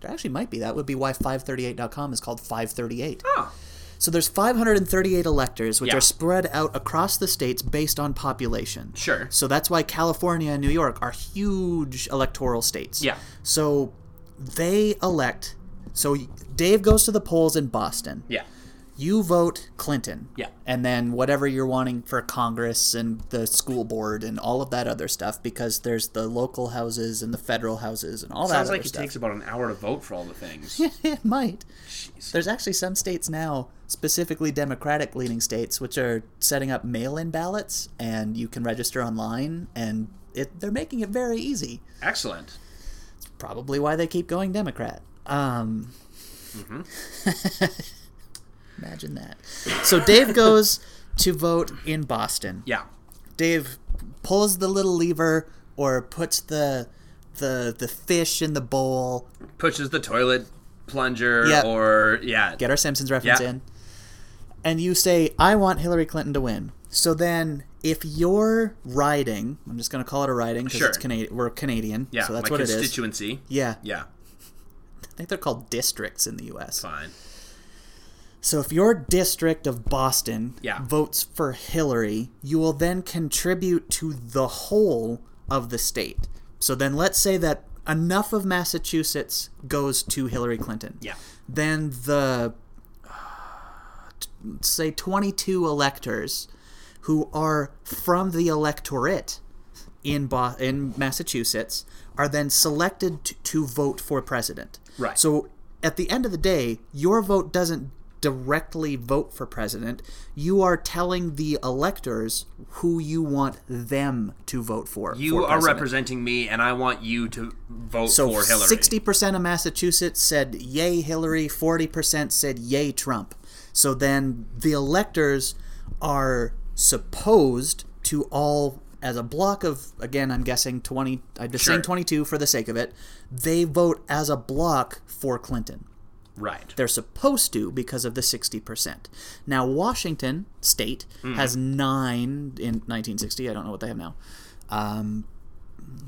[SPEAKER 1] There actually might be that would be why 538.com is called 538.
[SPEAKER 2] Oh,
[SPEAKER 1] So there's 538 electors, which
[SPEAKER 2] Yeah.
[SPEAKER 1] are spread out across the states based on population.
[SPEAKER 2] sure.
[SPEAKER 1] So that's why California and New York are huge electoral states.
[SPEAKER 2] Yeah.
[SPEAKER 1] So they elect. So Dave goes to the polls in Boston.
[SPEAKER 2] Yeah.
[SPEAKER 1] You vote Clinton.
[SPEAKER 2] Yeah.
[SPEAKER 1] And then whatever you're wanting for Congress and the school board and all of that other stuff because there's the local houses and the federal houses and all that
[SPEAKER 2] Sounds
[SPEAKER 1] other
[SPEAKER 2] like it
[SPEAKER 1] stuff.
[SPEAKER 2] takes about an hour to vote for all the things.
[SPEAKER 1] it might.
[SPEAKER 2] Jeez.
[SPEAKER 1] There's actually some states now, specifically Democratic leaning states, which are setting up mail in ballots and you can register online and it, they're making it very easy.
[SPEAKER 2] Excellent.
[SPEAKER 1] Probably why they keep going Democrat. Um, imagine that. So Dave goes to vote in Boston.
[SPEAKER 2] Yeah.
[SPEAKER 1] Dave pulls the little lever or puts the the the fish in the bowl
[SPEAKER 2] Pushes the toilet plunger
[SPEAKER 1] Yep.
[SPEAKER 2] or yeah.
[SPEAKER 1] get our Simpsons reference
[SPEAKER 2] Yeah.
[SPEAKER 1] in, and you say, I want Hillary Clinton to win. So then, if you're riding, I'm just going to call it a riding because
[SPEAKER 2] Sure.
[SPEAKER 1] it's Canadian. We're Canadian,
[SPEAKER 2] yeah.
[SPEAKER 1] so that's
[SPEAKER 2] my
[SPEAKER 1] what it is.
[SPEAKER 2] constituency.
[SPEAKER 1] Yeah.
[SPEAKER 2] Yeah.
[SPEAKER 1] I think they're called districts in the U.S.
[SPEAKER 2] Fine.
[SPEAKER 1] So if your district of Boston
[SPEAKER 2] Yeah.
[SPEAKER 1] votes for Hillary, you will then contribute to the whole of the state. So then, let's say that enough of Massachusetts goes to Hillary Clinton.
[SPEAKER 2] Yeah.
[SPEAKER 1] then the uh, t- say 22 electors who are from the electorate in Bo- in Massachusetts are then selected t- to vote for president.
[SPEAKER 2] Right.
[SPEAKER 1] So at the end of the day, your vote doesn't directly vote for president. You are telling the electors who you want them to vote for.
[SPEAKER 2] You
[SPEAKER 1] for
[SPEAKER 2] are
[SPEAKER 1] president.
[SPEAKER 2] representing me, and I want you to vote
[SPEAKER 1] So
[SPEAKER 2] for Hillary.
[SPEAKER 1] sixty percent of Massachusetts said yay Hillary, forty percent said yay Trump. So then the electors are supposed to all as a block of again i'm guessing 20 i'm just
[SPEAKER 2] Sure.
[SPEAKER 1] saying 22 for the sake of it they vote as a block for clinton
[SPEAKER 2] Right.
[SPEAKER 1] they're supposed to because of the 60%. Now, Washington state has nine in 1960. I don't know what they have now. Um,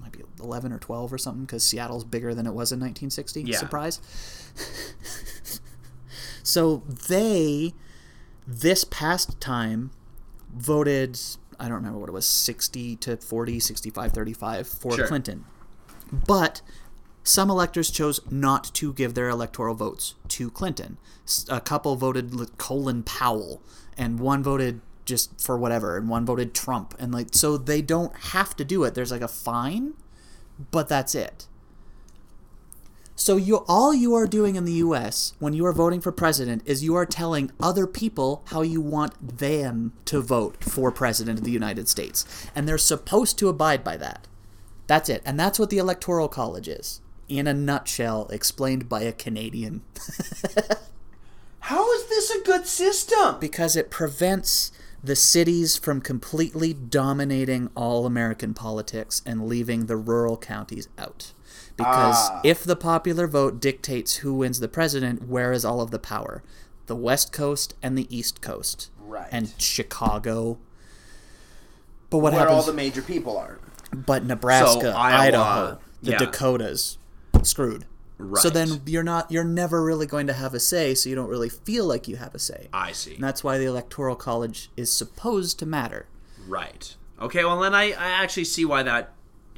[SPEAKER 1] might be 11 or 12 or something because Seattle's bigger than it was in 1960.
[SPEAKER 2] Yeah.
[SPEAKER 1] Surprise. so they, this past time, voted, I don't remember what it was, 60 to 40, 65, 35 for
[SPEAKER 2] Sure.
[SPEAKER 1] Clinton. But some electors chose not to give their electoral votes to Clinton. S- A couple voted L- Colin Powell, and one voted just for whatever, and one voted Trump. And like, so they don't have to do it. There's like a fine, but that's it. So you all you are doing in the US when you are voting for president is you are telling other people how you want them to vote for president of the United States and they're supposed to abide by that. That's it. And that's what the electoral college is in a nutshell explained by a Canadian
[SPEAKER 2] How is this a good system?
[SPEAKER 1] because it prevents the cities from completely dominating all American politics and leaving the rural counties out. Because if the popular vote dictates who wins the president, where is all of the power? The West Coast and the East Coast.
[SPEAKER 3] Right.
[SPEAKER 1] And Chicago. But what
[SPEAKER 3] where all
[SPEAKER 1] happens?
[SPEAKER 3] the major people are.
[SPEAKER 1] but Nebraska,
[SPEAKER 2] So, Iowa,
[SPEAKER 1] Idaho, the
[SPEAKER 2] yeah.
[SPEAKER 1] Dakotas, screwed. So
[SPEAKER 2] Right.
[SPEAKER 1] then you're not you're never really going to have a say, so you don't really feel like you have a say.
[SPEAKER 2] I see.
[SPEAKER 1] And that's why the Electoral College is supposed to matter.
[SPEAKER 2] Right. Okay, well, then I, I actually see why that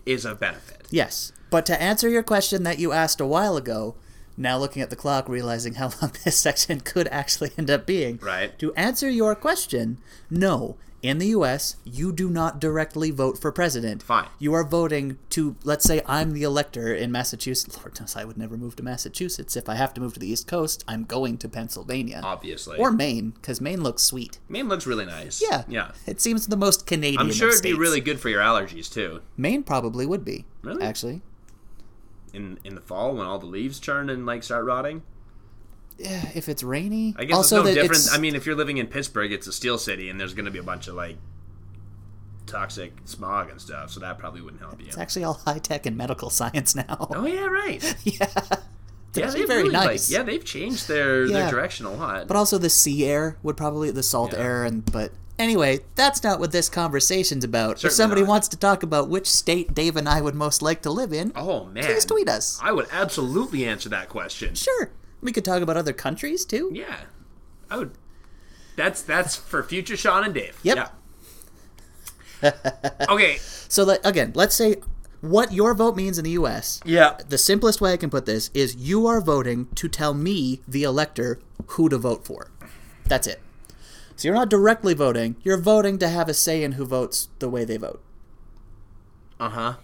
[SPEAKER 2] is a benefit.
[SPEAKER 1] Yes. But to answer your question that you asked a while ago, now looking at the clock, realizing how long this section could actually end up being.
[SPEAKER 2] Right.
[SPEAKER 1] To answer your question, no. In the US, you do not directly vote for president.
[SPEAKER 2] Fine.
[SPEAKER 1] You are voting to, let's say I'm the elector in Massachusetts. Lord knows I would never move to Massachusetts. If I have to move to the East Coast, I'm going to Pennsylvania.
[SPEAKER 2] Obviously.
[SPEAKER 1] Or Maine, because Maine looks sweet.
[SPEAKER 2] Maine looks really nice.
[SPEAKER 1] Yeah.
[SPEAKER 2] Yeah.
[SPEAKER 1] It seems the most Canadian.
[SPEAKER 2] I'm sure
[SPEAKER 1] of
[SPEAKER 2] it'd be
[SPEAKER 1] states.
[SPEAKER 2] really good for your allergies too.
[SPEAKER 1] Maine probably would be.
[SPEAKER 2] Really?
[SPEAKER 1] Actually.
[SPEAKER 2] In in the fall when all the leaves turn and like start rotting.
[SPEAKER 1] Yeah, if it's rainy.
[SPEAKER 2] I guess
[SPEAKER 1] also
[SPEAKER 2] it's no
[SPEAKER 1] that
[SPEAKER 2] different.
[SPEAKER 1] It's,
[SPEAKER 2] I mean, if you're living in Pittsburgh, it's a steel city and there's going to be a bunch of like toxic smog and stuff, so that probably wouldn't help you.
[SPEAKER 1] it's actually all high tech and medical science now.
[SPEAKER 2] Oh yeah, right.
[SPEAKER 1] yeah. It's
[SPEAKER 2] yeah,
[SPEAKER 1] actually
[SPEAKER 2] they've
[SPEAKER 1] very
[SPEAKER 2] really, like-
[SPEAKER 1] nice.
[SPEAKER 2] yeah, they've changed their
[SPEAKER 1] Yeah.
[SPEAKER 2] their direction a lot.
[SPEAKER 1] But also the sea air would probably the salt
[SPEAKER 2] Yeah.
[SPEAKER 1] air and but anyway, that's not what this conversation's about. if
[SPEAKER 2] Certainly
[SPEAKER 1] somebody
[SPEAKER 2] not.
[SPEAKER 1] wants to talk about which state Dave and I would most like to live in,
[SPEAKER 2] oh man,
[SPEAKER 1] please tweet us.
[SPEAKER 2] I would absolutely answer that question.
[SPEAKER 1] Sure. We could talk about other countries too.
[SPEAKER 2] Yeah, I would. That's that's for future Sean and Dave.
[SPEAKER 1] Yep.
[SPEAKER 2] Yeah. okay.
[SPEAKER 1] So let, again, let's say what your vote means in the US.
[SPEAKER 2] Yeah.
[SPEAKER 1] The simplest way I can put this is you are voting to tell me, the elector, who to vote for. That's it. So you're not directly voting, you're voting to have a say in who votes the way they vote,
[SPEAKER 2] Uh huh.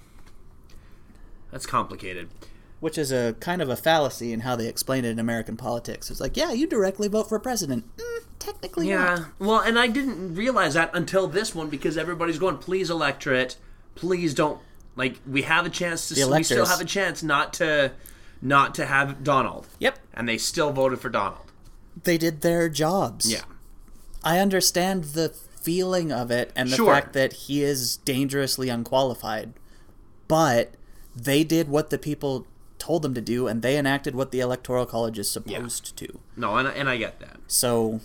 [SPEAKER 2] That's complicated.
[SPEAKER 1] which is a kind of a fallacy in how they explain it in American politics. It's like, yeah, you directly vote for president. Mm, technically, not.
[SPEAKER 2] Yeah. Well, and I didn't realize that until this one because everybody's going, please electorate, please don't. Like we have a chance to. we still
[SPEAKER 1] electors.
[SPEAKER 2] have a chance not to, not to have Donald.
[SPEAKER 1] Yep.
[SPEAKER 2] And they still voted for Donald.
[SPEAKER 1] They did their jobs. I understand the feeling of it and the
[SPEAKER 2] Sure.
[SPEAKER 1] fact that he is dangerously unqualified, but they did what the people told them to do and they enacted what the electoral college is supposed to.
[SPEAKER 2] No, and and I get that.
[SPEAKER 1] So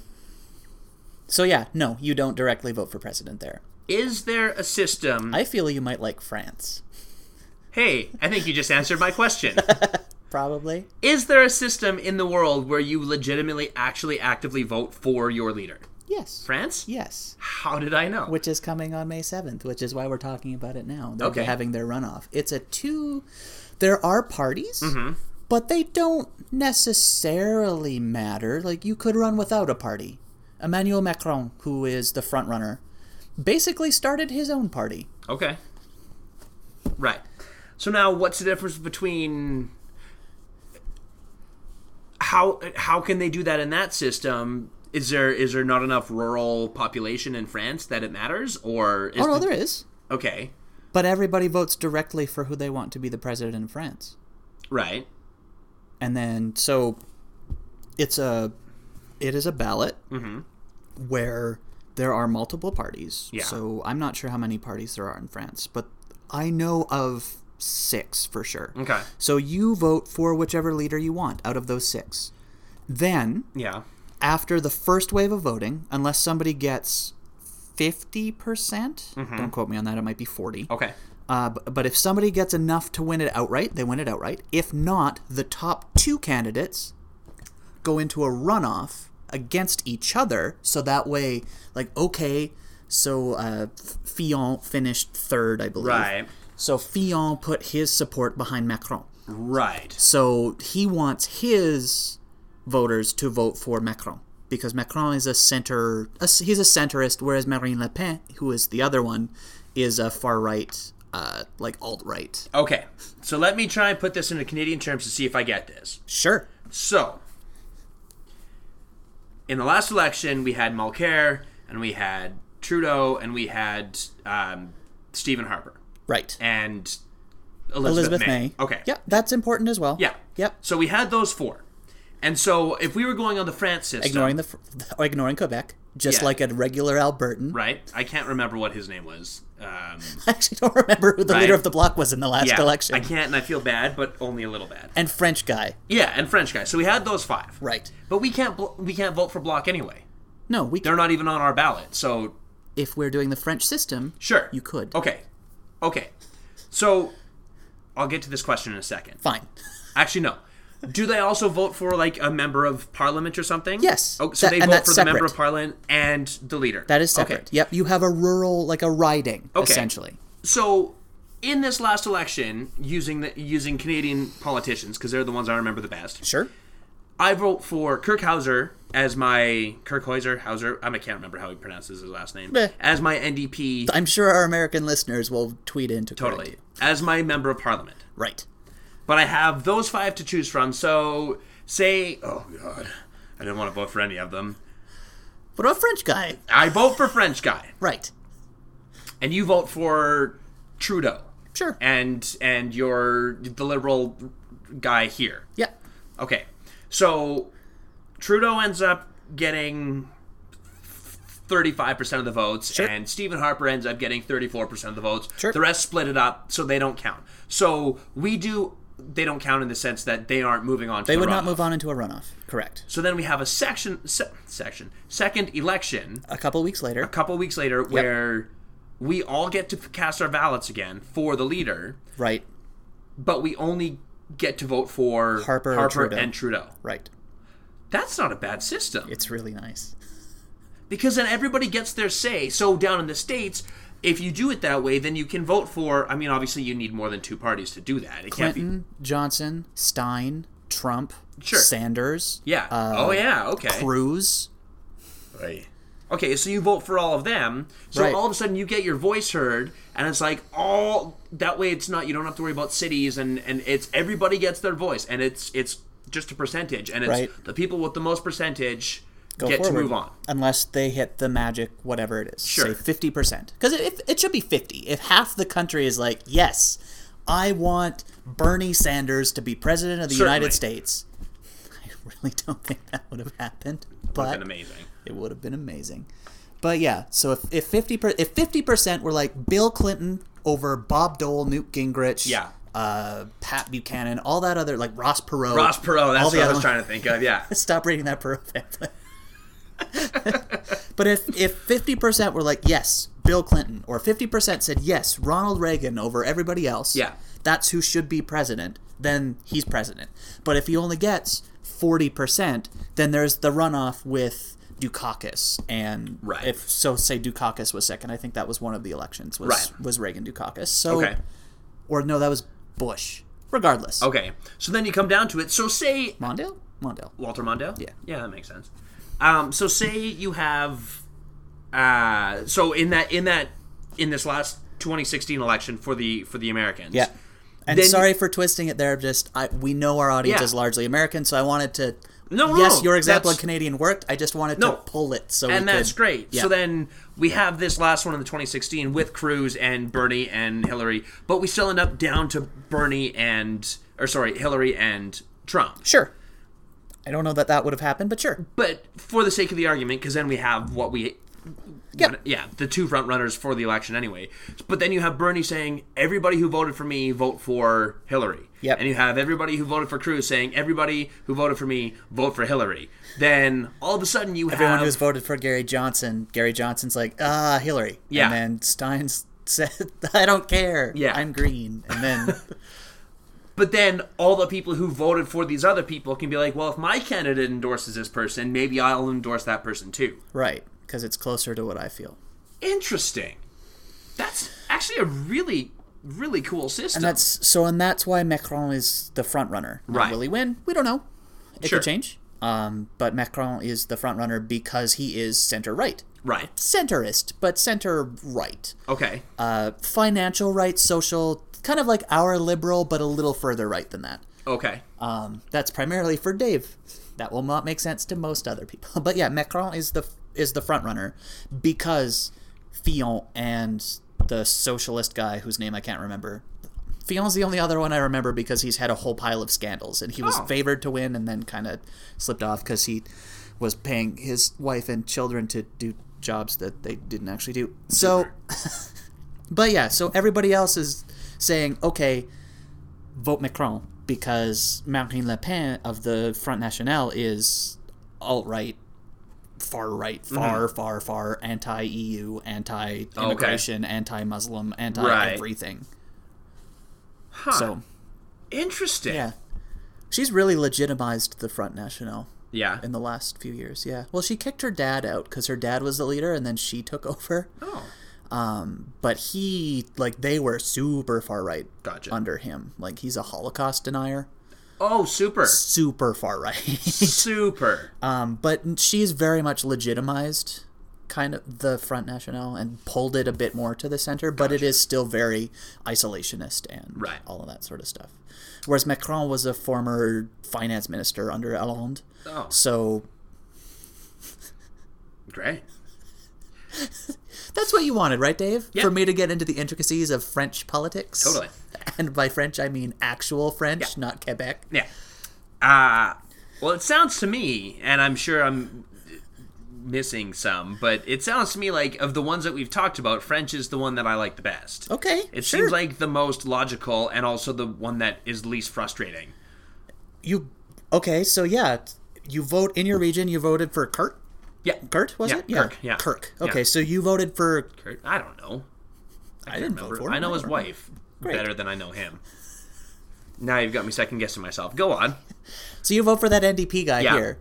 [SPEAKER 1] So yeah, no, you don't directly vote for president there.
[SPEAKER 2] Is there a system?
[SPEAKER 1] I feel you might like France.
[SPEAKER 2] hey, I think you just answered my question.
[SPEAKER 1] Probably.
[SPEAKER 2] Is there a system in the world where you legitimately actually actively vote for your leader?
[SPEAKER 1] Yes.
[SPEAKER 2] France?
[SPEAKER 1] Yes.
[SPEAKER 2] How did I know?
[SPEAKER 1] Which is coming on May 7th, which is why we're talking about it now. They're
[SPEAKER 2] Okay.
[SPEAKER 1] having their runoff. It's a two. There are parties, but they don't necessarily matter. Like, you could run without a party. Emmanuel Macron, who is the front runner, basically started his own party.
[SPEAKER 2] Okay. Right. So now what's the difference between how how can they do that in that system? Is there is there not enough rural population in France that it matters or is
[SPEAKER 1] Oh, no,
[SPEAKER 2] the-
[SPEAKER 1] there is.
[SPEAKER 2] Okay.
[SPEAKER 1] But everybody votes directly for who they want to be the president of France.
[SPEAKER 2] Right.
[SPEAKER 1] and then
[SPEAKER 2] Mm-hmm.
[SPEAKER 1] so it's a it is a ballot where there are multiple parties.
[SPEAKER 2] Yeah.
[SPEAKER 1] So I'm not sure how many parties there are in France, but I know of six for sure.
[SPEAKER 2] Okay.
[SPEAKER 1] So you vote for whichever leader you want out of those six. Then,
[SPEAKER 2] Yeah.
[SPEAKER 1] after the first wave of voting, unless somebody gets 50%, percent
[SPEAKER 2] Mm-hmm.
[SPEAKER 1] don't quote me on that, it might be 40.
[SPEAKER 2] Okay.
[SPEAKER 1] Uh, b- but if somebody gets enough to win it outright, they win it outright. If not, the top two candidates go into a runoff against each other. So that way, like, okay, so uh, F- Fillon finished third, I believe.
[SPEAKER 2] Right.
[SPEAKER 1] So Fillon put his support behind Macron.
[SPEAKER 2] Right.
[SPEAKER 1] So he wants his voters to vote for Macron because Macron is a center, a, he's a centrist, whereas Marine Le Pen, who is the other one, is a far right, uh, like alt right.
[SPEAKER 2] Okay. So let me try and put this into Canadian terms to see if I get this.
[SPEAKER 1] Sure.
[SPEAKER 2] So, in the last election, we had Mulcair and we had Trudeau and we had um, Stephen Harper
[SPEAKER 1] Right.
[SPEAKER 2] and
[SPEAKER 1] Elizabeth
[SPEAKER 2] Elizabeth, May.
[SPEAKER 1] May.
[SPEAKER 2] Okay.
[SPEAKER 1] Yep, that's important as well.
[SPEAKER 2] Yeah.
[SPEAKER 1] Yep.
[SPEAKER 2] So we had those four. And so if we were going on the France system,
[SPEAKER 1] Ignoring the, fr- ignoring Quebec, just
[SPEAKER 2] Yeah.
[SPEAKER 1] like a regular Albertan.
[SPEAKER 2] right? I can't remember what his name was. Um,
[SPEAKER 1] I actually don't remember who the leader
[SPEAKER 2] Right.
[SPEAKER 1] of the bloc was in the last
[SPEAKER 2] yeah,
[SPEAKER 1] election.
[SPEAKER 2] I can't, and I feel bad, but only a little bad.
[SPEAKER 1] And French guy.
[SPEAKER 2] Yeah, and French guy. So we had those five.
[SPEAKER 1] Right.
[SPEAKER 2] But we can't blo- we can't vote for block anyway.
[SPEAKER 1] No, we
[SPEAKER 2] They're not even on our ballot. So
[SPEAKER 1] if we're doing the French system,
[SPEAKER 2] Sure.
[SPEAKER 1] you could.
[SPEAKER 2] Okay. Okay. So I'll get to this question in a second.
[SPEAKER 1] Fine.
[SPEAKER 2] Actually, no. Do they also vote for like a member of parliament or something?
[SPEAKER 1] Yes.
[SPEAKER 2] Oh, so
[SPEAKER 1] That-
[SPEAKER 2] they
[SPEAKER 1] and
[SPEAKER 2] vote
[SPEAKER 1] that's
[SPEAKER 2] for the member
[SPEAKER 1] separate.
[SPEAKER 2] of parliament and the leader.
[SPEAKER 1] That is
[SPEAKER 2] Okay.
[SPEAKER 1] separate. Yep, you have a rural, like a riding, essentially.
[SPEAKER 2] So in this last election, using the using Canadian politicians because they're the ones I remember the best,
[SPEAKER 1] Sure.
[SPEAKER 2] I vote for Kirk Hauser as my Kirk Hauser Hauser. I can't remember how he pronounces his last name.
[SPEAKER 1] Meh.
[SPEAKER 2] As my NDP,
[SPEAKER 1] I'm sure our American listeners will tweet in to correct
[SPEAKER 2] totally
[SPEAKER 1] you.
[SPEAKER 2] as my member of parliament.
[SPEAKER 1] Right.
[SPEAKER 2] But I have those five to choose from. So say, oh god, I didn't want to vote for any of them.
[SPEAKER 1] What about French guy?
[SPEAKER 2] I vote for French guy,
[SPEAKER 1] Right.
[SPEAKER 2] and you vote for Trudeau,
[SPEAKER 1] Sure.
[SPEAKER 2] and and you're the liberal guy here.
[SPEAKER 1] yeah.
[SPEAKER 2] Okay, so Trudeau ends up getting. 35% of the votes
[SPEAKER 1] Sure.
[SPEAKER 2] and Stephen Harper ends up getting 34% of the votes.
[SPEAKER 1] Sure.
[SPEAKER 2] The rest split it up so they don't count. So we do they don't count in the sense that they aren't moving on to
[SPEAKER 1] They
[SPEAKER 2] the
[SPEAKER 1] would not
[SPEAKER 2] runoff.
[SPEAKER 1] move on into a runoff. Correct.
[SPEAKER 2] So then we have a section, se- section, second election
[SPEAKER 1] A couple weeks later.
[SPEAKER 2] a couple weeks later, where we all get to cast our ballots again for the leader,
[SPEAKER 1] Right.
[SPEAKER 2] but we only get to vote for
[SPEAKER 1] Harper or Trudeau.
[SPEAKER 2] and Trudeau.
[SPEAKER 1] Right.
[SPEAKER 2] That's not a bad system
[SPEAKER 1] It's really nice.
[SPEAKER 2] because then everybody gets their say. So down in the states. If you do it that way, then you can vote for. I mean, obviously, you need more than two parties to do that. It can't
[SPEAKER 1] Clinton, Johnson, Stein, Trump,
[SPEAKER 2] Sure.
[SPEAKER 1] Sanders,
[SPEAKER 2] be. Yeah.
[SPEAKER 1] Uh,
[SPEAKER 2] oh yeah. Okay.
[SPEAKER 1] Cruz.
[SPEAKER 2] Right. Okay, so you vote for all of them. So
[SPEAKER 1] Right.
[SPEAKER 2] all of a sudden you get your voice heard and it's like all that way it's not you don't have to worry about cities and and it's everybody gets their voice and it's it's just a percentage and it's
[SPEAKER 1] Right.
[SPEAKER 2] the people with the most percentage
[SPEAKER 1] Go
[SPEAKER 2] get
[SPEAKER 1] forward.
[SPEAKER 2] to move on.
[SPEAKER 1] Unless they hit the magic, whatever it is.
[SPEAKER 2] Sure.
[SPEAKER 1] Say 50%. Because it, it should be 50. If half the country is like, yes, I want Bernie Sanders to be president of the United
[SPEAKER 2] Certainly.
[SPEAKER 1] States, I really don't think that would have happened.
[SPEAKER 2] That's
[SPEAKER 1] But
[SPEAKER 2] amazing.
[SPEAKER 1] it would have been amazing. But yeah, so if, if 50 per, if 50% were like Bill Clinton over Bob Dole, Newt Gingrich,
[SPEAKER 2] Yeah.
[SPEAKER 1] uh, Pat Buchanan, all that other, like Ross Perot.
[SPEAKER 2] Ross Perot, that's
[SPEAKER 1] all the
[SPEAKER 2] what I
[SPEAKER 1] other
[SPEAKER 2] was
[SPEAKER 1] ones.
[SPEAKER 2] trying to think of. Yeah.
[SPEAKER 1] Stop reading that Perot pamphlet. but if if fifty percent were like yes, Bill Clinton, or fifty percent said yes, Ronald Reagan over everybody else,
[SPEAKER 2] Yeah.
[SPEAKER 1] that's who should be president. Then he's president. But if he only gets forty percent, then there's the runoff with Dukakis and
[SPEAKER 2] Right.
[SPEAKER 1] if so, say Dukakis was second. I think that was one of the elections was
[SPEAKER 2] Right.
[SPEAKER 1] was Reagan Dukakis. So
[SPEAKER 2] Okay.
[SPEAKER 1] or no, that was Bush. Regardless,
[SPEAKER 2] Okay. So then you come down to it. So say
[SPEAKER 1] Mondale, Mondale,
[SPEAKER 2] Walter Mondale?
[SPEAKER 1] Yeah.
[SPEAKER 2] Yeah, that makes sense. Um, so say you have uh, so in that in that in this last 2016 election for the for the Americans.
[SPEAKER 1] Yeah. And
[SPEAKER 2] Then-
[SPEAKER 1] sorry for twisting it there. Just I, we know our audience
[SPEAKER 2] Yeah.
[SPEAKER 1] is largely American, so I wanted to.
[SPEAKER 2] No, no,
[SPEAKER 1] yes,
[SPEAKER 2] no,
[SPEAKER 1] your example
[SPEAKER 2] that's-
[SPEAKER 1] of Canadian worked. I just wanted
[SPEAKER 2] No.
[SPEAKER 1] to pull it so.
[SPEAKER 2] And
[SPEAKER 1] we
[SPEAKER 2] that's
[SPEAKER 1] could,
[SPEAKER 2] great.
[SPEAKER 1] Yeah.
[SPEAKER 2] So then we have this last one in the 2016 with Cruz and Bernie and Hillary, but we still end up down to Bernie and or sorry, Hillary and Trump.
[SPEAKER 1] sure. I don't know that that would have happened, but sure.
[SPEAKER 2] But for the sake of the argument cuz then we have what we
[SPEAKER 1] Yep.
[SPEAKER 2] yeah, the two front runners for the election anyway. But then you have Bernie saying, everybody who voted for me, vote for Hillary.
[SPEAKER 1] Yep.
[SPEAKER 2] And you have everybody who voted for Cruz saying, everybody who voted for me, vote for Hillary. Then all of a sudden you
[SPEAKER 1] Everyone
[SPEAKER 2] have.
[SPEAKER 1] who's voted for Gary Johnson, Gary Johnson's like, ah, Hillary.
[SPEAKER 2] Yeah.
[SPEAKER 1] And then Stein's said, I don't care.
[SPEAKER 2] Yeah.
[SPEAKER 1] I'm green. And then,
[SPEAKER 2] But then all the people who voted for these other people can be like, well, if my candidate endorses this person, maybe I'll endorse that person too.
[SPEAKER 1] right, because it's closer to what I feel.
[SPEAKER 2] Interesting. That's actually a really, really cool system.
[SPEAKER 1] And that's so, and that's why Macron is the front runner. Now,
[SPEAKER 2] Right.
[SPEAKER 1] Will he win? We don't know. It
[SPEAKER 2] Sure.
[SPEAKER 1] could change. Um, but Macron is the front runner because he is center right,
[SPEAKER 2] right.
[SPEAKER 1] centrist, but center right,
[SPEAKER 2] Okay.
[SPEAKER 1] uh, financial right, social, kind of like our liberal, but a little further right than that.
[SPEAKER 2] okay.
[SPEAKER 1] Um, that's primarily for Dave. That will not make sense to most other people. But yeah, Macron is the is the front runner because Fillon and the socialist guy whose name I can't remember. Fillon's the only other one I remember because he's had a whole pile of scandals and he was
[SPEAKER 2] Oh.
[SPEAKER 1] favored to win and then kind of slipped off because he was paying his wife and children to do jobs that they didn't actually do. So, but yeah, so everybody else is saying, okay, vote Macron because Marine Le Pen of the Front National is alt right, far right, far, far, far anti EU, anti immigration, anti Muslim, anti
[SPEAKER 2] Right.
[SPEAKER 1] everything.
[SPEAKER 2] Huh.
[SPEAKER 1] So,
[SPEAKER 2] Interesting.
[SPEAKER 1] yeah. She's really legitimized the Front National
[SPEAKER 2] Yeah.
[SPEAKER 1] in the last few years. Yeah. Well, she kicked her dad out because her dad was the leader and then she took over.
[SPEAKER 2] oh.
[SPEAKER 1] Um, but he, like, they were super far right
[SPEAKER 2] Gotcha.
[SPEAKER 1] under him. Like, he's a Holocaust denier.
[SPEAKER 2] Oh, super.
[SPEAKER 1] Super far right.
[SPEAKER 2] super.
[SPEAKER 1] Um, but she's very much legitimized kind of the Front National and pulled it a bit more to the center, but it is still very isolationist and
[SPEAKER 2] Right.
[SPEAKER 1] all of that sort of stuff. Whereas Macron was a former finance minister under Hollande.
[SPEAKER 2] Oh,
[SPEAKER 1] So
[SPEAKER 2] great.
[SPEAKER 1] that's what you wanted, right, Dave?
[SPEAKER 2] Yeah.
[SPEAKER 1] For me to get into the intricacies of French politics.
[SPEAKER 2] Totally.
[SPEAKER 1] And by French, I mean actual French, not Quebec.
[SPEAKER 2] Yeah. Uh, well, it sounds to me, and I'm sure I'm missing some, but it sounds to me like of the ones that we've talked about, French is the one that I like the best.
[SPEAKER 1] Okay.
[SPEAKER 2] It
[SPEAKER 1] Oh, sure.
[SPEAKER 2] seems like the most logical and also the one that is least frustrating.
[SPEAKER 1] you. Okay, so yeah, you vote in your region, you voted for Kurt.
[SPEAKER 2] Yeah.
[SPEAKER 1] Kurt was
[SPEAKER 2] Yeah,
[SPEAKER 1] it?
[SPEAKER 2] Kirk, yeah.
[SPEAKER 1] Kirk.
[SPEAKER 2] Yeah.
[SPEAKER 1] Okay, so you voted for
[SPEAKER 2] Kurt? I don't know.
[SPEAKER 1] I didn't vote
[SPEAKER 2] remember.
[SPEAKER 1] for him.
[SPEAKER 2] I know his
[SPEAKER 1] don't
[SPEAKER 2] wife
[SPEAKER 1] Great.
[SPEAKER 2] better than I know him. Now you've got me second guessing myself. Go on.
[SPEAKER 1] So you vote for that NDP guy
[SPEAKER 2] Yeah.
[SPEAKER 1] here,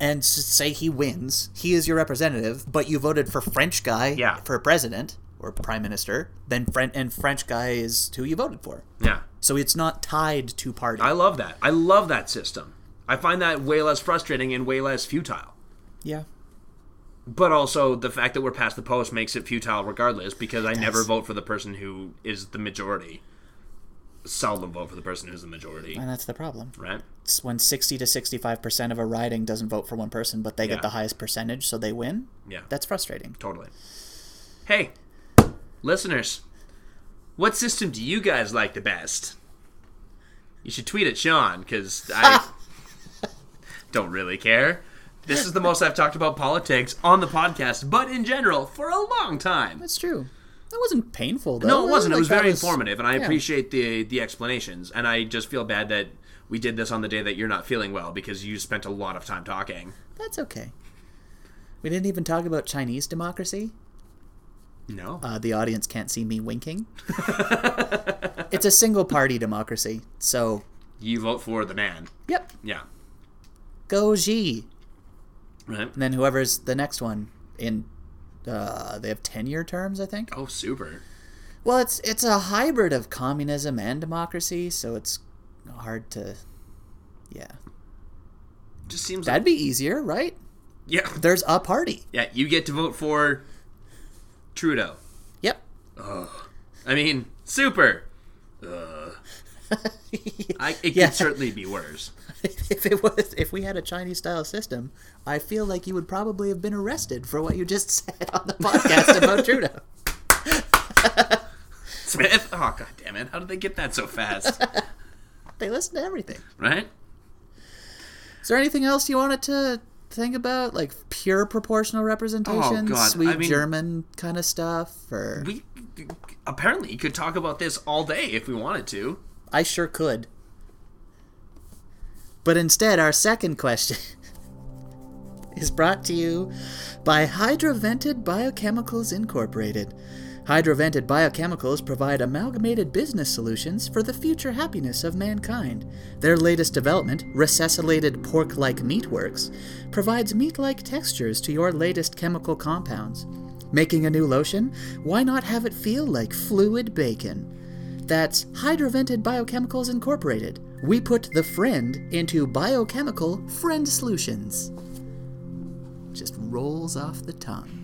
[SPEAKER 1] and s- say he wins, he is your representative, but you voted for French guy
[SPEAKER 2] Yeah.
[SPEAKER 1] for president or prime minister. Then French and French guy is who you voted for.
[SPEAKER 2] Yeah.
[SPEAKER 1] So it's not tied to party.
[SPEAKER 2] I love that. I love that system. I find that way less frustrating and way less futile.
[SPEAKER 1] yeah.
[SPEAKER 2] But also, the fact that we're past the post makes it futile regardless because I never
[SPEAKER 1] does.
[SPEAKER 2] vote for the person who is the majority. Seldom vote for the person who's the majority,
[SPEAKER 1] And that's the problem.
[SPEAKER 2] right?
[SPEAKER 1] It's when 60 to 65% of a riding doesn't vote for one person, but they
[SPEAKER 2] Yeah.
[SPEAKER 1] get the highest percentage, so they win.
[SPEAKER 2] Yeah.
[SPEAKER 1] That's frustrating.
[SPEAKER 2] Totally. Hey, listeners, what system do you guys like the best? You should tweet at Sean because I don't really care. This is the most I've talked about politics on the podcast, but in general for a long time.
[SPEAKER 1] That's true. That wasn't painful, though.
[SPEAKER 2] No, it wasn't. It
[SPEAKER 1] Like,
[SPEAKER 2] was
[SPEAKER 1] that
[SPEAKER 2] very informative, and I
[SPEAKER 1] yeah.
[SPEAKER 2] appreciate the the explanations. And I just feel bad that we did this on the day that you're not feeling well because you spent a lot of time talking.
[SPEAKER 1] That's okay. We didn't even talk about Chinese democracy.
[SPEAKER 2] No,
[SPEAKER 1] Uh, the audience can't see me winking. it's a single party democracy. So,
[SPEAKER 2] you vote for the man.
[SPEAKER 1] yep,
[SPEAKER 2] Yeah,
[SPEAKER 1] go Xi.
[SPEAKER 2] right.
[SPEAKER 1] And then whoever's the next one in. Uh, they have ten-year terms, I think.
[SPEAKER 2] Oh, super.
[SPEAKER 1] Well, it's it's a hybrid of communism and democracy, so it's hard to, yeah.
[SPEAKER 2] Just seems like
[SPEAKER 1] That'd be easier, right?
[SPEAKER 2] yeah.
[SPEAKER 1] There's a party.
[SPEAKER 2] Yeah, you get to vote for Trudeau.
[SPEAKER 1] Yep.
[SPEAKER 2] I mean, super. Ugh. I,
[SPEAKER 1] Uh.
[SPEAKER 2] it
[SPEAKER 1] Yeah.
[SPEAKER 2] could certainly be worse.
[SPEAKER 1] if it was if we had a Chinese style system, I feel like you would probably have been arrested for what you just said on the podcast about Trudeau.
[SPEAKER 2] Smith. Oh god damn it! How did they get that so fast?
[SPEAKER 1] They listen to everything.
[SPEAKER 2] right?
[SPEAKER 1] Is there anything else you wanted to thing about like pure proportional representation,
[SPEAKER 2] Oh, God, I
[SPEAKER 1] sweet
[SPEAKER 2] mean-
[SPEAKER 1] German kind of stuff? Or
[SPEAKER 2] We apparently could talk about this all day if we wanted to.
[SPEAKER 1] I sure could. But instead, our second question is brought to you by Hydrovented Biochemicals Incorporated. Hydrovented Biochemicals provide amalgamated business solutions for the future happiness of mankind. Their latest development, recessilated pork like meatworks, provides meat like textures to your latest chemical compounds. Making a new lotion? Why not have it feel like fluid bacon? That's Hydrovented Biochemicals Incorporated. We put the friend into biochemical friend solutions. Just rolls off the tongue.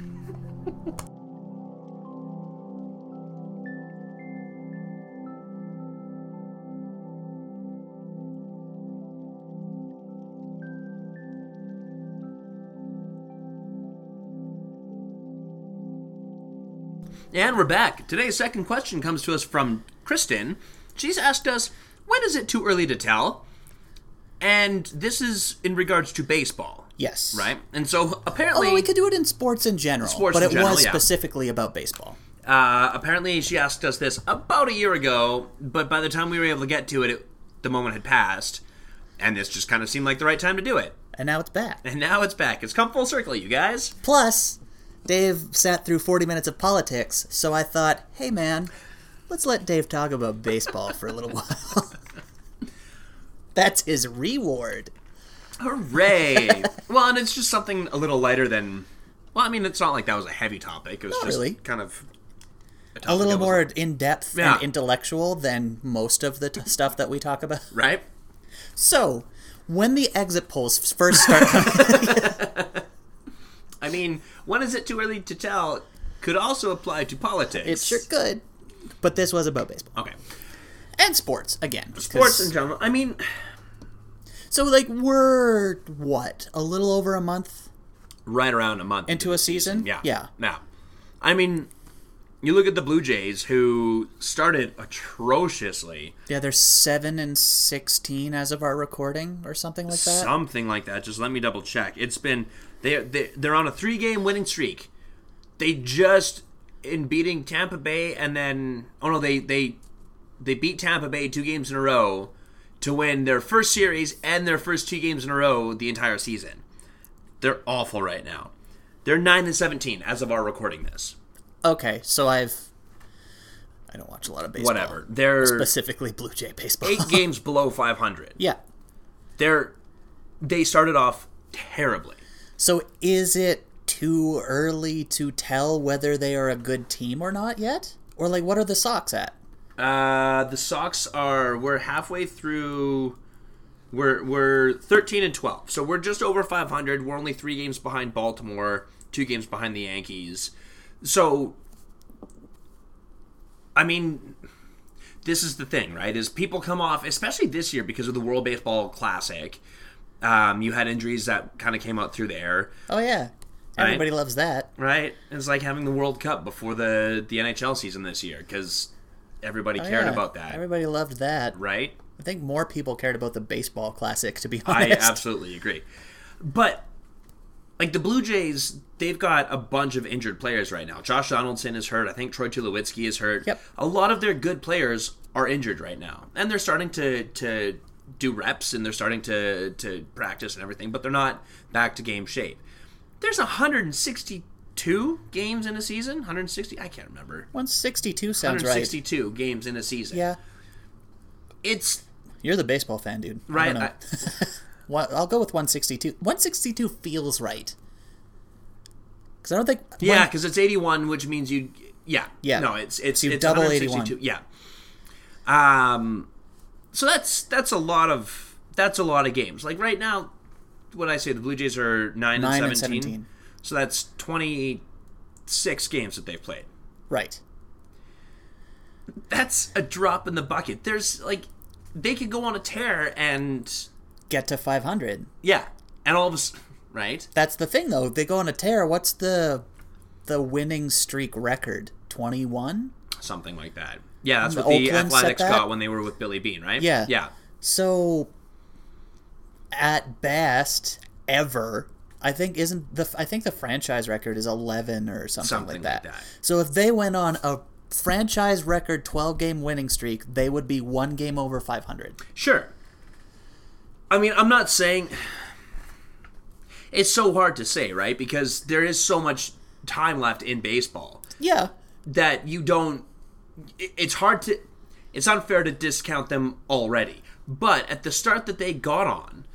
[SPEAKER 2] And we're back. Today's second question comes to us from Kristen. She's asked us, when is it too early to tell? And this is in regards to baseball,
[SPEAKER 1] Yes.
[SPEAKER 2] right? And so apparently,
[SPEAKER 1] Although we could do it in sports in general,
[SPEAKER 2] Sports
[SPEAKER 1] but
[SPEAKER 2] in
[SPEAKER 1] it
[SPEAKER 2] general,
[SPEAKER 1] was
[SPEAKER 2] yeah.
[SPEAKER 1] specifically about baseball.
[SPEAKER 2] uh, apparently she asked us this about a year ago, but by the time we were able to get to it, it the moment had passed, and this just kind of seemed like the right time to do it.
[SPEAKER 1] And now it's back.
[SPEAKER 2] And now it's back. It's come full circle, you guys.
[SPEAKER 1] Plus, Dave sat through 40 minutes of politics, so I thought, hey man, let's let Dave talk about baseball for a little while. That's his reward.
[SPEAKER 2] Hooray! well, and it's just something a little lighter than. Well, I mean, it's not like that was a heavy topic. It was just
[SPEAKER 1] really.
[SPEAKER 2] kind of
[SPEAKER 1] a
[SPEAKER 2] topic
[SPEAKER 1] little
[SPEAKER 2] that was-
[SPEAKER 1] more in depth
[SPEAKER 2] Yeah.
[SPEAKER 1] and intellectual than most of the t- stuff that we talk about.
[SPEAKER 2] right.
[SPEAKER 1] So, when the exit polls first start coming,
[SPEAKER 2] I mean, when is it too early to tell? Could also apply to politics.
[SPEAKER 1] it's sure good. But this was about baseball
[SPEAKER 2] okay.
[SPEAKER 1] and sports again. 'cause-
[SPEAKER 2] Sports in general. I mean,
[SPEAKER 1] So, like, we're what a little over a month
[SPEAKER 2] right around a month
[SPEAKER 1] into a season.
[SPEAKER 2] Yeah.
[SPEAKER 1] yeah.
[SPEAKER 2] Now, I mean, you look at the Blue Jays, who started atrociously,
[SPEAKER 1] Yeah, they're seven and sixteen as of our recording, or something like that.
[SPEAKER 2] something like that. Just let me double check. It's been they they they're on a three game winning streak. They just in beating Tampa Bay, and then oh no, they they they beat Tampa Bay two games in a row to win their first series and their first two games in a row the entire season. They're awful right now. They're nine and seventeen as of our recording this.
[SPEAKER 1] okay, so I've I don't watch a lot of baseball,
[SPEAKER 2] Whatever. They're
[SPEAKER 1] Specifically, Blue Jay baseball.
[SPEAKER 2] eight games below 500.
[SPEAKER 1] yeah.
[SPEAKER 2] They're they started off terribly.
[SPEAKER 1] So is it too early to tell whether they are a good team or not yet? Or like what are the socks at?
[SPEAKER 2] Uh, the Sox are we're halfway through. We're we're 13 and 12, so we're just over 500. We're only three games behind Baltimore, two games behind the Yankees. So, I mean, this is the thing, right? Is people come off, especially this year because of the World Baseball Classic. Um, you had injuries that kind of came out through the air.
[SPEAKER 1] Oh yeah. Everybody loves that.
[SPEAKER 2] Right? It's like having the World Cup before the the NHL season this year because everybody cared
[SPEAKER 1] Oh, Yeah,
[SPEAKER 2] about that,
[SPEAKER 1] Everybody loved that.
[SPEAKER 2] right?
[SPEAKER 1] I think more people cared about the baseball classic to be
[SPEAKER 2] I
[SPEAKER 1] honest.
[SPEAKER 2] absolutely agree. But like the Blue Jays, they've got a bunch of injured players right now. Josh Donaldson is hurt. I think Troy Tulowitzki is hurt.
[SPEAKER 1] Yep.
[SPEAKER 2] A lot of their good players are injured right now, and they're starting to to do reps and they're starting to to practice and everything, but they're not back to game shape. There's 162 games in a season. 160. I can't remember.
[SPEAKER 1] 162 sounds right.
[SPEAKER 2] 162 games in a season.
[SPEAKER 1] Yeah.
[SPEAKER 2] It's
[SPEAKER 1] You're the baseball fan, dude. I
[SPEAKER 2] right.
[SPEAKER 1] don't know.
[SPEAKER 2] I-
[SPEAKER 1] Well, I'll go with 162. 162 feels right. Cuz I don't think
[SPEAKER 2] Yeah, because it's 81, which means you. Yeah.
[SPEAKER 1] Yeah.
[SPEAKER 2] No, it's it's,
[SPEAKER 1] you
[SPEAKER 2] it's
[SPEAKER 1] double
[SPEAKER 2] 162. Yeah. Um, so that's that's a lot of that's a lot of games. Like right now, what I say, the Blue Jays are nine,
[SPEAKER 1] 9
[SPEAKER 2] and
[SPEAKER 1] and
[SPEAKER 2] 17,
[SPEAKER 1] 17.
[SPEAKER 2] So that's 26 games that they've played.
[SPEAKER 1] right.
[SPEAKER 2] That's a drop in the bucket. There's like they could go on a tear and
[SPEAKER 1] Get to 500.
[SPEAKER 2] yeah, and all of us right.
[SPEAKER 1] That's the thing, though. They go on a tear. What's the the winning streak record? Twenty one.
[SPEAKER 2] Something like that. Yeah, that's
[SPEAKER 1] The
[SPEAKER 2] what the
[SPEAKER 1] Oakland set
[SPEAKER 2] Athletics
[SPEAKER 1] that?
[SPEAKER 2] got when they were with Billy Bean, right?
[SPEAKER 1] Yeah.
[SPEAKER 2] Yeah.
[SPEAKER 1] So, at best, ever I think isn't the I think the franchise record is 11 or something,
[SPEAKER 2] Something
[SPEAKER 1] like, that.
[SPEAKER 2] like that.
[SPEAKER 1] So if they went on a franchise record 12 game winning streak, they would be one game over 500.
[SPEAKER 2] Sure. I mean, I'm not saying it's so hard to say, right? Because there is so much time left in baseball
[SPEAKER 1] Yeah.
[SPEAKER 2] that you don't it- it's hard to it's unfair to discount them already. But at the start that they got on,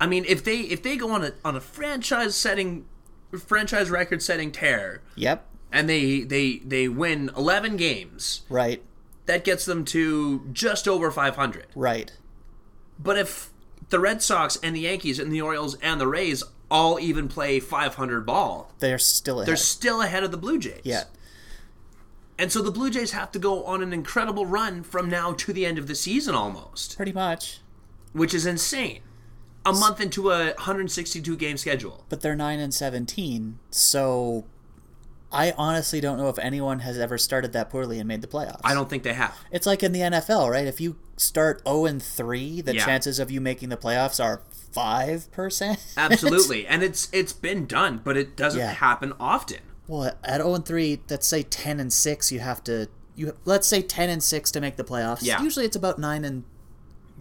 [SPEAKER 2] I mean, if they if they go on a on a franchise setting franchise record setting tear
[SPEAKER 1] Yep.
[SPEAKER 2] and they they they win 11 games,
[SPEAKER 1] Right.
[SPEAKER 2] that gets them to just over 500.
[SPEAKER 1] Right.
[SPEAKER 2] But if the Red Sox and the Yankees and the Orioles and the Rays all even play 500 ball,
[SPEAKER 1] They're still ahead.
[SPEAKER 2] they're still ahead of the Blue Jays.
[SPEAKER 1] yeah.
[SPEAKER 2] And so the Blue Jays have to go on an incredible run from now to the end of the season almost,
[SPEAKER 1] Pretty much.
[SPEAKER 2] which is insane. A month into a 162 game schedule.
[SPEAKER 1] But they're 9 and 17. So I honestly don't know if anyone has ever started that poorly and made the playoffs.
[SPEAKER 2] I don't think they have.
[SPEAKER 1] It's like in the NFL, right? If you start 0 and 3, the
[SPEAKER 2] Yeah.
[SPEAKER 1] chances of you making the playoffs are
[SPEAKER 2] Uh,
[SPEAKER 1] 5%.
[SPEAKER 2] Absolutely. and it's it's been done, but it doesn't
[SPEAKER 1] Yeah.
[SPEAKER 2] happen often.
[SPEAKER 1] well, at 0 and 3, let's say 10 and 6, you have to you let's say 10 and 6 to make the playoffs.
[SPEAKER 2] Yeah.
[SPEAKER 1] Usually it's about 9 and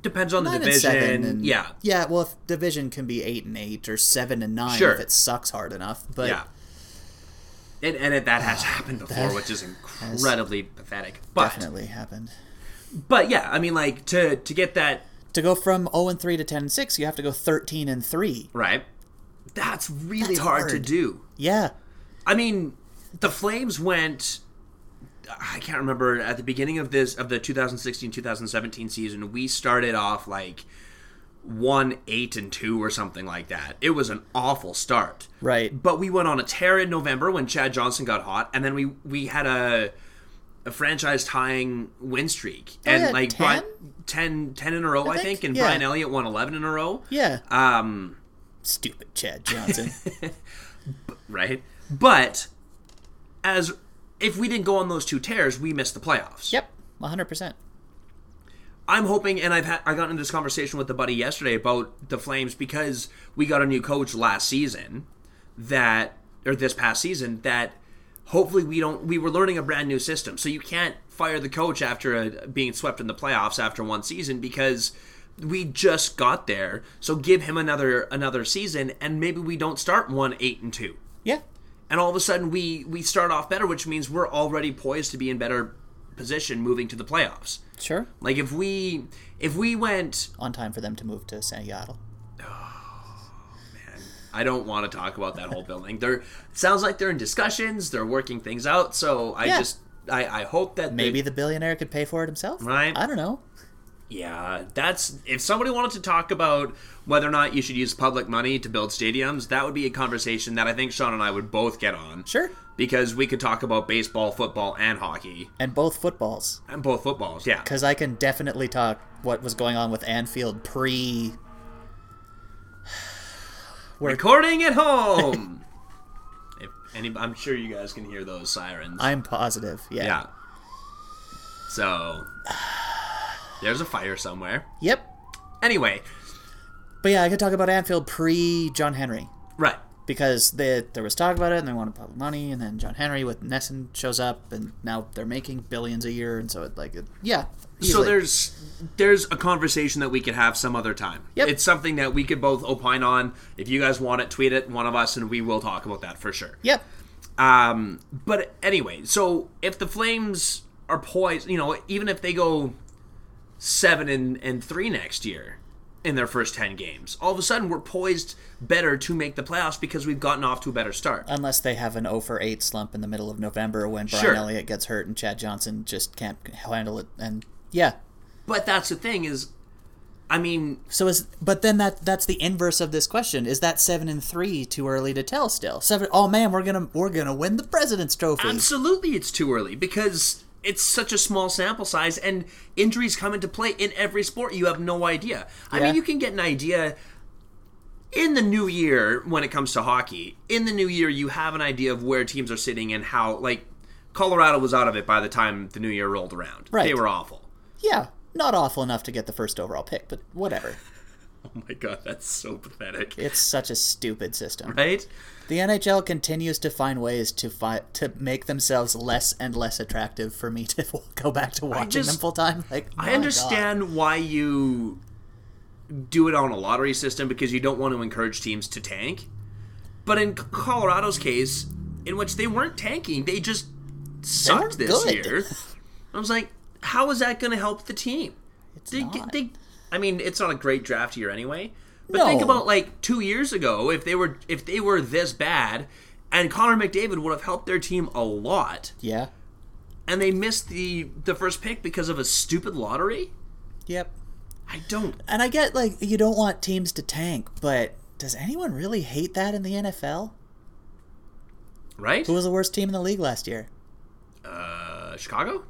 [SPEAKER 2] Depends on the
[SPEAKER 1] 9
[SPEAKER 2] division.
[SPEAKER 1] and 7 and
[SPEAKER 2] yeah.
[SPEAKER 1] Yeah, well, if division can be 8 and 8 or 7 and 9
[SPEAKER 2] Sure.
[SPEAKER 1] if it sucks hard enough, but
[SPEAKER 2] yeah. And, and it, that has happened before, which is incredibly pathetic. But
[SPEAKER 1] definitely happened.
[SPEAKER 2] but yeah, I mean like to to get that
[SPEAKER 1] To go from 0 and 3 to 10 and 6, you have to go 13 and 3.
[SPEAKER 2] right, that's really
[SPEAKER 1] That's
[SPEAKER 2] hard, to
[SPEAKER 1] hard.
[SPEAKER 2] do.
[SPEAKER 1] Yeah.
[SPEAKER 2] I mean, the Flames went. I can't remember at the beginning of this of the 2016-2017 season. We started off like one eight and two or something like that. It was an awful start.
[SPEAKER 1] Right.
[SPEAKER 2] But we went on a tear in November when Chad Johnson got hot, and then we we had a a franchise tying win streak and
[SPEAKER 1] yeah,
[SPEAKER 2] like
[SPEAKER 1] 10?
[SPEAKER 2] Brian, 10, 10 in a row, I, think.
[SPEAKER 1] think,
[SPEAKER 2] and
[SPEAKER 1] yeah.
[SPEAKER 2] Brian Elliott won eleven in a row.
[SPEAKER 1] Yeah.
[SPEAKER 2] Um,
[SPEAKER 1] Stupid Chad Johnson.
[SPEAKER 2] right? But as if we didn't go on those two tears, we missed the playoffs.
[SPEAKER 1] yep. 100%.
[SPEAKER 2] I'm hoping, and I've had I got into this conversation with a buddy yesterday about the Flames because we got a new coach last season that or this past season that hopefully we don't we were learning a brand new system. So you can't fire the coach after uh being swept in the playoffs after one season because we just got there. So give him another another season and maybe we don't start 1 8 and 2.
[SPEAKER 1] Yeah.
[SPEAKER 2] and all of a sudden we we start off better which means we're already poised to be in better position moving to the playoffs
[SPEAKER 1] Sure.
[SPEAKER 2] like if we if we went
[SPEAKER 1] on time for them to move to Seattle.
[SPEAKER 2] i don't want to talk about that whole building they're sounds like they're in discussions they're working things out so i
[SPEAKER 1] Yeah.
[SPEAKER 2] just I, I hope that they-
[SPEAKER 1] Maybe the billionaire could pay for it himself.
[SPEAKER 2] Right.
[SPEAKER 1] I don't know.
[SPEAKER 2] yeah that's if somebody wanted to talk about whether or not you should use public money to build stadiums that would be a conversation that i think sean and i would both get on
[SPEAKER 1] Sure.
[SPEAKER 2] because we could talk about baseball football and hockey
[SPEAKER 1] And both footballs,
[SPEAKER 2] and both footballs yeah
[SPEAKER 1] because I can definitely talk what was going on with Anfield pre.
[SPEAKER 2] Recording at home. if any, I'm sure you guys can hear those sirens.
[SPEAKER 1] I'm positive. Yeah.
[SPEAKER 2] yeah. So there's a fire somewhere.
[SPEAKER 1] Yep.
[SPEAKER 2] Anyway,
[SPEAKER 1] But yeah, I could talk about Anfield pre John Henry
[SPEAKER 2] right.
[SPEAKER 1] because they, there was talk about it and they wanted public money, and then John Henry with Nesson shows up, and now they're making billions a year, and so it like it, yeah.
[SPEAKER 2] So
[SPEAKER 1] easily.
[SPEAKER 2] there's there's a conversation that we could have some other time.
[SPEAKER 1] Yep.
[SPEAKER 2] It's something that we could both opine on. If you guys want it, tweet it, one of us, and we will talk about that for sure.
[SPEAKER 1] Yep.
[SPEAKER 2] Um, but anyway, so if the Flames are poised, you know, even if they go seven and, and three next year in their first ten games, all of a sudden we're poised better to make the playoffs because we've gotten off to a better start.
[SPEAKER 1] Unless they have an 0 for 8 slump in the middle of November when Brian
[SPEAKER 2] Sure.
[SPEAKER 1] Elliott gets hurt and Chad Johnson just can't handle it. And yeah.
[SPEAKER 2] But that's the thing is, I mean,
[SPEAKER 1] So is but then that that's the inverse of this question. Is that 7 and 3 too early to tell still? 7 Oh man, we're going to we're going to win the president's trophy.
[SPEAKER 2] absolutely it's too early because it's such a small sample size and injuries come into play in every sport. You have no idea. I
[SPEAKER 1] Yeah.
[SPEAKER 2] mean, you can get an idea in the new year when it comes to hockey. In the new year, you have an idea of where teams are sitting and how, like, Colorado was out of it by the time the new year rolled around. They
[SPEAKER 1] Right.
[SPEAKER 2] were awful.
[SPEAKER 1] yeah. Not awful enough to get the first overall pick, but whatever.
[SPEAKER 2] Oh my god, that's so pathetic.
[SPEAKER 1] It's such a stupid system.
[SPEAKER 2] Right?
[SPEAKER 1] The NHL continues to find ways to fi- to make themselves less and less attractive for me to go back to watching
[SPEAKER 2] just-
[SPEAKER 1] them full time. Like Oh my
[SPEAKER 2] I
[SPEAKER 1] God.
[SPEAKER 2] understand why you do it on a lottery system because you don't want to encourage teams to tank. But in Colorado's case, in which they weren't tanking, they just sucked
[SPEAKER 1] They were
[SPEAKER 2] this
[SPEAKER 1] good.
[SPEAKER 2] year. I was like, how is that going to help the team?
[SPEAKER 1] It's
[SPEAKER 2] They,
[SPEAKER 1] not.
[SPEAKER 2] they, I mean, it's not a great draft year anyway. But
[SPEAKER 1] No.
[SPEAKER 2] think about like two years ago, if they were if they were this bad, and Connor McDavid would have helped their team a lot,
[SPEAKER 1] yeah.
[SPEAKER 2] and they missed the the first pick because of a stupid lottery.
[SPEAKER 1] Yep.
[SPEAKER 2] I don't.
[SPEAKER 1] And I get like you don't want teams to tank, but does anyone really hate that in the NFL?
[SPEAKER 2] Right?
[SPEAKER 1] Who was the worst team in the league last year?
[SPEAKER 2] Uh, Chicago.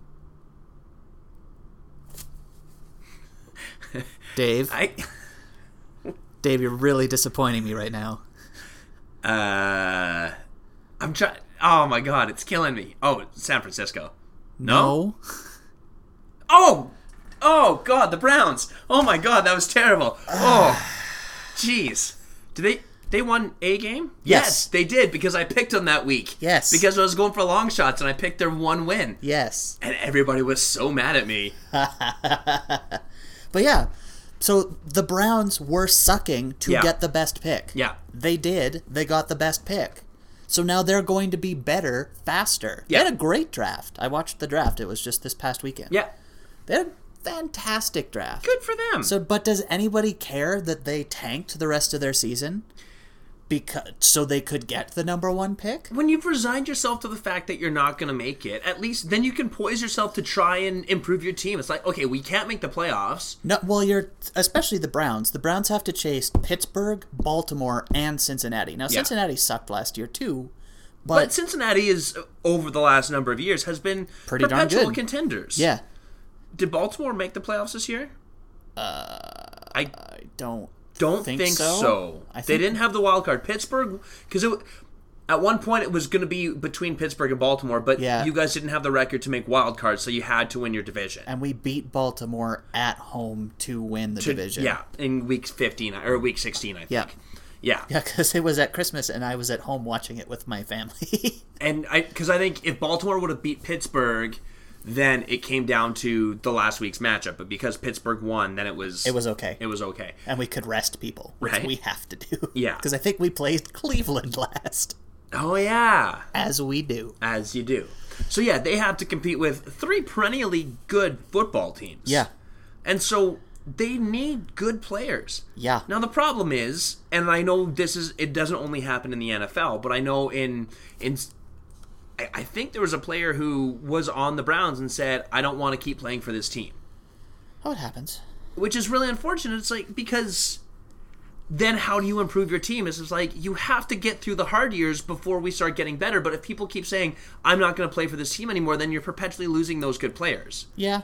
[SPEAKER 1] Dave.
[SPEAKER 2] I.
[SPEAKER 1] Dave, you're really disappointing me right now.
[SPEAKER 2] Uh, I'm trying. Oh my god, it's killing me. Oh, San Francisco.
[SPEAKER 1] No.
[SPEAKER 2] Oh, oh God, the Browns. Oh my God, that was terrible. Oh, jeez. Did they? They won a game.
[SPEAKER 1] Yes.
[SPEAKER 2] they did because I picked them that week.
[SPEAKER 1] Yes.
[SPEAKER 2] because I was going for long shots and I picked their one win,
[SPEAKER 1] Yes.
[SPEAKER 2] and everybody was so mad at me.
[SPEAKER 1] But yeah. So the Browns were sucking to
[SPEAKER 2] Yeah.
[SPEAKER 1] get the best pick.
[SPEAKER 2] Yeah.
[SPEAKER 1] They did. They got the best pick. So now they're going to be better faster.
[SPEAKER 2] Yeah.
[SPEAKER 1] They had a great draft. I watched the draft. It was just this past weekend.
[SPEAKER 2] Yeah,
[SPEAKER 1] They had a fantastic draft.
[SPEAKER 2] good for them.
[SPEAKER 1] So, but does anybody care that they tanked the rest of their season? Because so they could get the number one pick.
[SPEAKER 2] when you've resigned yourself to the fact that you're not going to make it, at least then you can poise yourself to try and improve your team. It's like, okay, we can't make the playoffs.
[SPEAKER 1] No, well, you're especially the Browns. The Browns have to chase Pittsburgh, Baltimore, and Cincinnati. Now, Cincinnati sucked last year too, but,
[SPEAKER 2] But Cincinnati is uh, over the last number of years has been
[SPEAKER 1] Pretty darn
[SPEAKER 2] perpetual
[SPEAKER 1] good.
[SPEAKER 2] contenders.
[SPEAKER 1] yeah,
[SPEAKER 2] Did Baltimore make the playoffs this year? Uh, I
[SPEAKER 1] I don't.
[SPEAKER 2] don't
[SPEAKER 1] think
[SPEAKER 2] think,
[SPEAKER 1] so.
[SPEAKER 2] so.
[SPEAKER 1] I
[SPEAKER 2] They
[SPEAKER 1] think-
[SPEAKER 2] didn't have the wild card. Pittsburgh, because at one point it was going to be between Pittsburgh and Baltimore, but
[SPEAKER 1] Yeah.
[SPEAKER 2] you guys didn't have the record to make wild cards, so you had to win your division.
[SPEAKER 1] And we beat Baltimore at home to win the division.
[SPEAKER 2] Yeah, in week fifteen or week sixteen, I think.
[SPEAKER 1] yeah,
[SPEAKER 2] Yeah,
[SPEAKER 1] yeah, because it was at Christmas, and I was at home watching it with my family.
[SPEAKER 2] and I because I think if Baltimore would have beat Pittsburgh, then it came down to the last week's matchup. But because Pittsburgh won, then it was
[SPEAKER 1] it was okay.
[SPEAKER 2] it was okay.
[SPEAKER 1] and we could rest people, which
[SPEAKER 2] Right.
[SPEAKER 1] we have to do.
[SPEAKER 2] Yeah.
[SPEAKER 1] Because I think we played Cleveland last,
[SPEAKER 2] Oh yeah.
[SPEAKER 1] as we do.
[SPEAKER 2] as you do. So yeah, they have to compete with three perennially good football teams.
[SPEAKER 1] Yeah.
[SPEAKER 2] And so they need good players.
[SPEAKER 1] Yeah.
[SPEAKER 2] Now the problem is, and I know this is it doesn't only happen in the NFL, but I know in in I, I think there was a player who was on the Browns and said, "I don't want to keep playing for this team."
[SPEAKER 1] Oh, it happens.
[SPEAKER 2] which is really unfortunate. It's like because then how do you improve your team? It's just like you have to get through the hard years before we start getting better. But if people keep saying I'm not going to play for this team anymore, then you're perpetually losing those good players.
[SPEAKER 1] Yeah.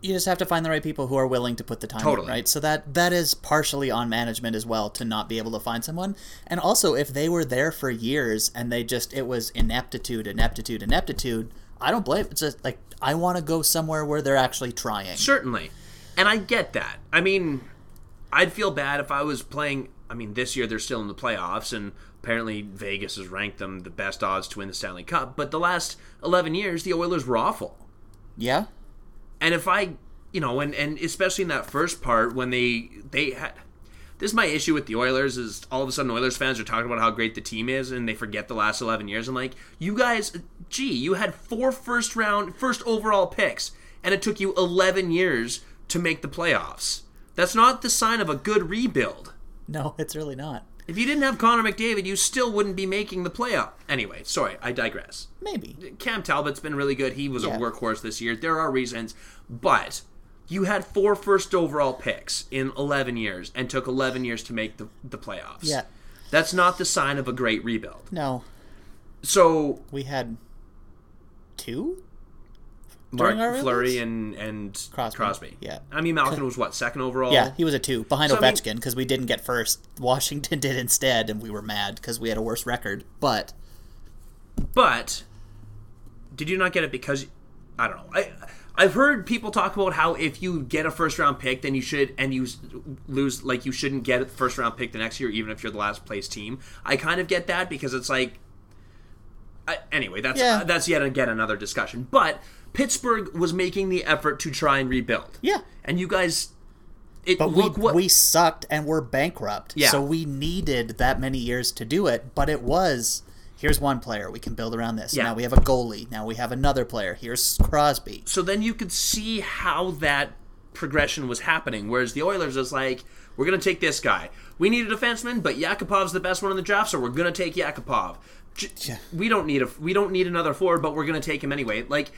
[SPEAKER 1] You just have to find the right people who are willing to put the time in,
[SPEAKER 2] Totally.
[SPEAKER 1] right? So that that is partially on management as well to not be able to find someone. And also if they were there for years and they just it was ineptitude, ineptitude, ineptitude, I don't blame it's just like I want to go somewhere where they're actually trying.
[SPEAKER 2] Certainly, and I get that. I mean, I'd feel bad if I was playing. I mean, this year they're still in the playoffs, and apparently Vegas has ranked them the best odds to win the Stanley Cup. But the last 11 years, the Oilers were awful.
[SPEAKER 1] Yeah?
[SPEAKER 2] and if i you know and and especially in that first part when they they had this is my issue with the oilers is all of a sudden oilers fans are talking about how great the team is and they forget the last 11 years i'm like you guys gee you had four first round first overall picks and it took you 11 years to make the playoffs that's not the sign of a good rebuild
[SPEAKER 1] No, it's really not.
[SPEAKER 2] if you didn't have connor mcdavid you still wouldn't be making the playoff anyway sorry i digress
[SPEAKER 1] Maybe.
[SPEAKER 2] Cam Talbot's been really good. He was
[SPEAKER 1] Yeah.
[SPEAKER 2] a workhorse this year. There are reasons, but you had four first overall picks in 11 years and took 11 years to make the, the playoffs.
[SPEAKER 1] Yeah.
[SPEAKER 2] That's not the sign of a great rebuild.
[SPEAKER 1] No.
[SPEAKER 2] So,
[SPEAKER 1] We had two? During our
[SPEAKER 2] Mark
[SPEAKER 1] rebuilds?
[SPEAKER 2] Flurry and, and
[SPEAKER 1] Crosby.
[SPEAKER 2] Crosby.
[SPEAKER 1] Yeah.
[SPEAKER 2] I mean, Malkin was what, second overall?
[SPEAKER 1] Yeah, he was a two behind
[SPEAKER 2] So, I mean-
[SPEAKER 1] Ovechkin because we didn't get first. Washington did instead, and we were mad because we had a worse record. But
[SPEAKER 2] But did you not get it because I don't know. I I've heard people talk about how if you get a first round pick, then you should and you s- lose like you shouldn't get a first round pick the next year, even if you're the last place team. I kind of get that because it's like, I, anyway, that's
[SPEAKER 1] Yeah.
[SPEAKER 2] uh, that's yet again another discussion. But Pittsburgh was making the effort to try and rebuild.
[SPEAKER 1] Yeah.
[SPEAKER 2] and you guys, it
[SPEAKER 1] But
[SPEAKER 2] look
[SPEAKER 1] we
[SPEAKER 2] what
[SPEAKER 1] we sucked and were bankrupt.
[SPEAKER 2] Yeah.
[SPEAKER 1] So we needed that many years to do it, but it was here's one player we can build around this.
[SPEAKER 2] Yeah.
[SPEAKER 1] Now we have a goalie. Now we have another player. Here's Crosby.
[SPEAKER 2] so then you could see how that progression was happening. Whereas the Oilers is like, we're going to take this guy. We need a defenseman, but Yakupov's the best one in the draft, so we're going to take Yakupov. J- We don't need a we don't need another forward, but we're going to take him anyway. Like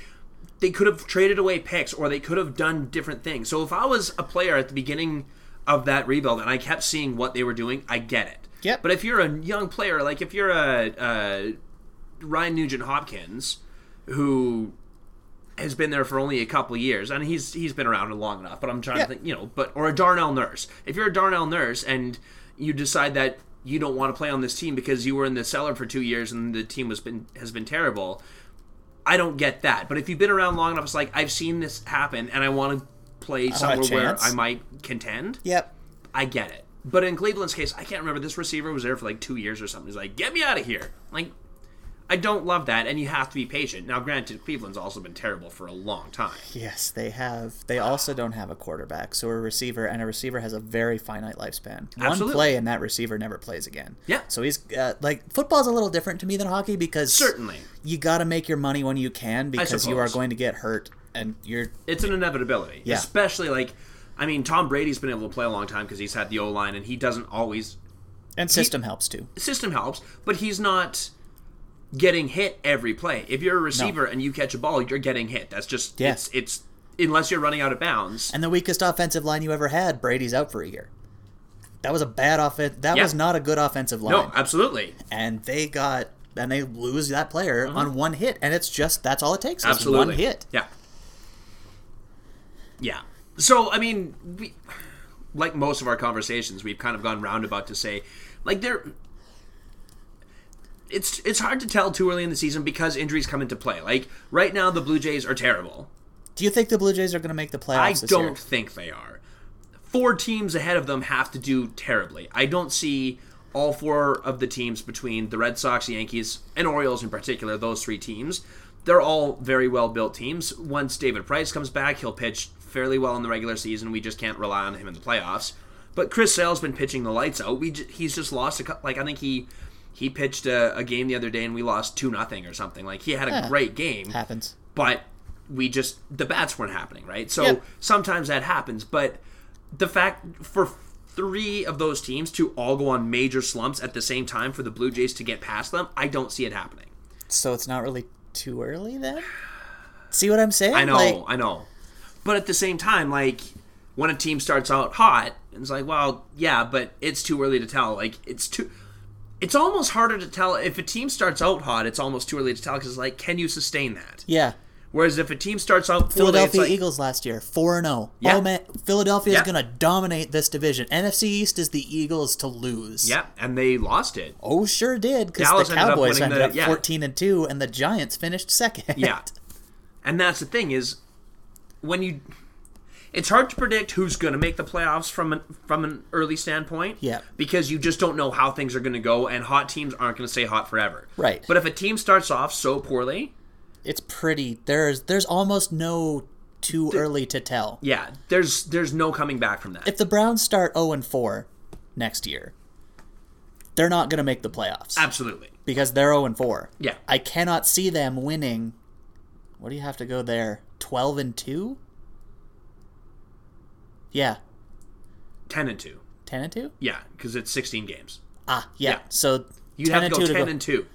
[SPEAKER 2] they could have traded away picks, or they could have done different things. So if I was a player at the beginning of that rebuild and I kept seeing what they were doing, I get it.
[SPEAKER 1] Yep.
[SPEAKER 2] But if you're a young player, like if you're a, a Ryan Nugent Hopkins, who has been there for only a couple of years, and he's he's been around long enough. But I'm trying
[SPEAKER 1] Yeah.
[SPEAKER 2] to think, you know, but or a Darnell Nurse. If you're a Darnell Nurse and you decide that you don't want to play on this team because you were in the cellar for two years and the team has been has been terrible, I don't get that. But if you've been around long enough, it's like I've seen this happen, and I want to play somewhere where
[SPEAKER 1] chance.
[SPEAKER 2] I might contend.
[SPEAKER 1] Yep.
[SPEAKER 2] I get it. But in Cleveland's case, I can't remember. This receiver was there for like two years or something. He's like, get me out of here. Like, I don't love that. And you have to be patient. Now, granted, Cleveland's also been terrible for a long time.
[SPEAKER 1] Yes, they have. They also don't have a quarterback, so a receiver, and a receiver has a very finite lifespan. One
[SPEAKER 2] Absolutely.
[SPEAKER 1] play, and that receiver never plays again.
[SPEAKER 2] Yeah.
[SPEAKER 1] So he's uh, like football's a little different to me than hockey because
[SPEAKER 2] Certainly.
[SPEAKER 1] you got to make your money when you can because you are
[SPEAKER 2] suppose.
[SPEAKER 1] going to get hurt, and you're
[SPEAKER 2] It's an inevitability.
[SPEAKER 1] Yeah.
[SPEAKER 2] Especially like, I mean, Tom Brady's been able to play a long time because he's had the O line and he doesn't always.
[SPEAKER 1] and system helps too.
[SPEAKER 2] System helps, but he's not getting hit every play. If you're a receiver and you catch a ball, you're getting hit. That's just.
[SPEAKER 1] Yeah.
[SPEAKER 2] It's, it's unless you're running out of bounds.
[SPEAKER 1] And the weakest offensive line you ever had, Brady's out for a year. That was a bad offense. That
[SPEAKER 2] Yeah.
[SPEAKER 1] was not a good offensive line.
[SPEAKER 2] no, absolutely.
[SPEAKER 1] and they got and they lose that player on one hit, and it's just that's all it takes. is
[SPEAKER 2] Uh-huh. absolutely
[SPEAKER 1] one hit.
[SPEAKER 2] Yeah, yeah. So I mean, we, like most of our conversations, we've kind of gone roundabout to say, like there. It's it's hard to tell too early in the season because injuries come into play. Like right now, the Blue Jays are terrible.
[SPEAKER 1] Do you think the Blue Jays are going to make the playoffs?
[SPEAKER 2] I
[SPEAKER 1] this
[SPEAKER 2] don't
[SPEAKER 1] year?
[SPEAKER 2] think they are. Four teams ahead of them have to do terribly. I don't see all four of the teams between the Red Sox, Yankees, and Orioles in particular, those three teams. They're all very well built teams. Once David Price comes back, he'll pitch fairly well in the regular season. We just can't rely on him in the playoffs. But Chris Sale's been pitching the lights out. We j- he's just lost a cou- like I think he he pitched a, a game the other day and we lost two nothing or something. Like he had a great game
[SPEAKER 1] Happens.
[SPEAKER 2] but we just the bats weren't happening right so
[SPEAKER 1] Yep.
[SPEAKER 2] sometimes that happens but the fact for three of those teams to all go on major slumps at the same time for the blue jays to get past them i don't see it happening
[SPEAKER 1] So it's not really too early then. See what I'm saying?
[SPEAKER 2] i know
[SPEAKER 1] Like,
[SPEAKER 2] i know but at the same time like when a team starts out hot it's like well yeah but it's too early to tell like it's too it's almost harder to tell if a team starts out hot it's almost too early to tell because it's like can you sustain that
[SPEAKER 1] yeah.
[SPEAKER 2] whereas if a team starts out poorly, it's
[SPEAKER 1] Philadelphia
[SPEAKER 2] like-
[SPEAKER 1] Eagles last year, four and zero.
[SPEAKER 2] Yeah.
[SPEAKER 1] Oh man, Philadelphia is
[SPEAKER 2] Yeah.
[SPEAKER 1] going to dominate this division. NFC East is the Eagles to lose.
[SPEAKER 2] yeah and they lost it
[SPEAKER 1] Oh, sure did. Because
[SPEAKER 2] Dallas
[SPEAKER 1] the
[SPEAKER 2] ended up
[SPEAKER 1] Cowboys
[SPEAKER 2] winning
[SPEAKER 1] ended
[SPEAKER 2] the-
[SPEAKER 1] up
[SPEAKER 2] yeah.
[SPEAKER 1] fourteen and two, and the Giants finished second.
[SPEAKER 2] Yeah. And that's the thing is when you it's hard to predict who's going to make the playoffs from an from an early standpoint.
[SPEAKER 1] Yeah.
[SPEAKER 2] Because you just don't know how things are going to go and hot teams aren't going to stay hot forever.
[SPEAKER 1] Right.
[SPEAKER 2] But if a team starts off so poorly,
[SPEAKER 1] it's pretty. There's there's almost no too early to tell.
[SPEAKER 2] yeah, there's there's no coming back from that.
[SPEAKER 1] If the Browns start zero and four next year, they're not going to make the playoffs
[SPEAKER 2] Absolutely.
[SPEAKER 1] because they're zero and four.
[SPEAKER 2] Yeah.
[SPEAKER 1] I cannot see them winning. What do you have to go there? Twelve and two. Yeah,
[SPEAKER 2] 10 and 2.
[SPEAKER 1] ten and two.
[SPEAKER 2] Yeah, cuz it's 16 games.
[SPEAKER 1] Ah, yeah.
[SPEAKER 2] Yeah.
[SPEAKER 1] So
[SPEAKER 2] You have to go 10 and 2.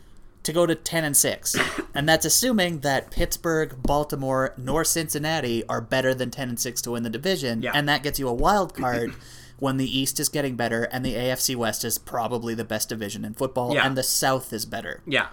[SPEAKER 1] to go to 10 and 6. and that's assuming that Pittsburgh, Baltimore, nor Cincinnati are better than 10 and 6 to win the division.
[SPEAKER 2] Yeah.
[SPEAKER 1] And that gets you a wild card when the East is getting better and the AFC West is probably the best division in football
[SPEAKER 2] Yeah.
[SPEAKER 1] and the South is better.
[SPEAKER 2] Yeah.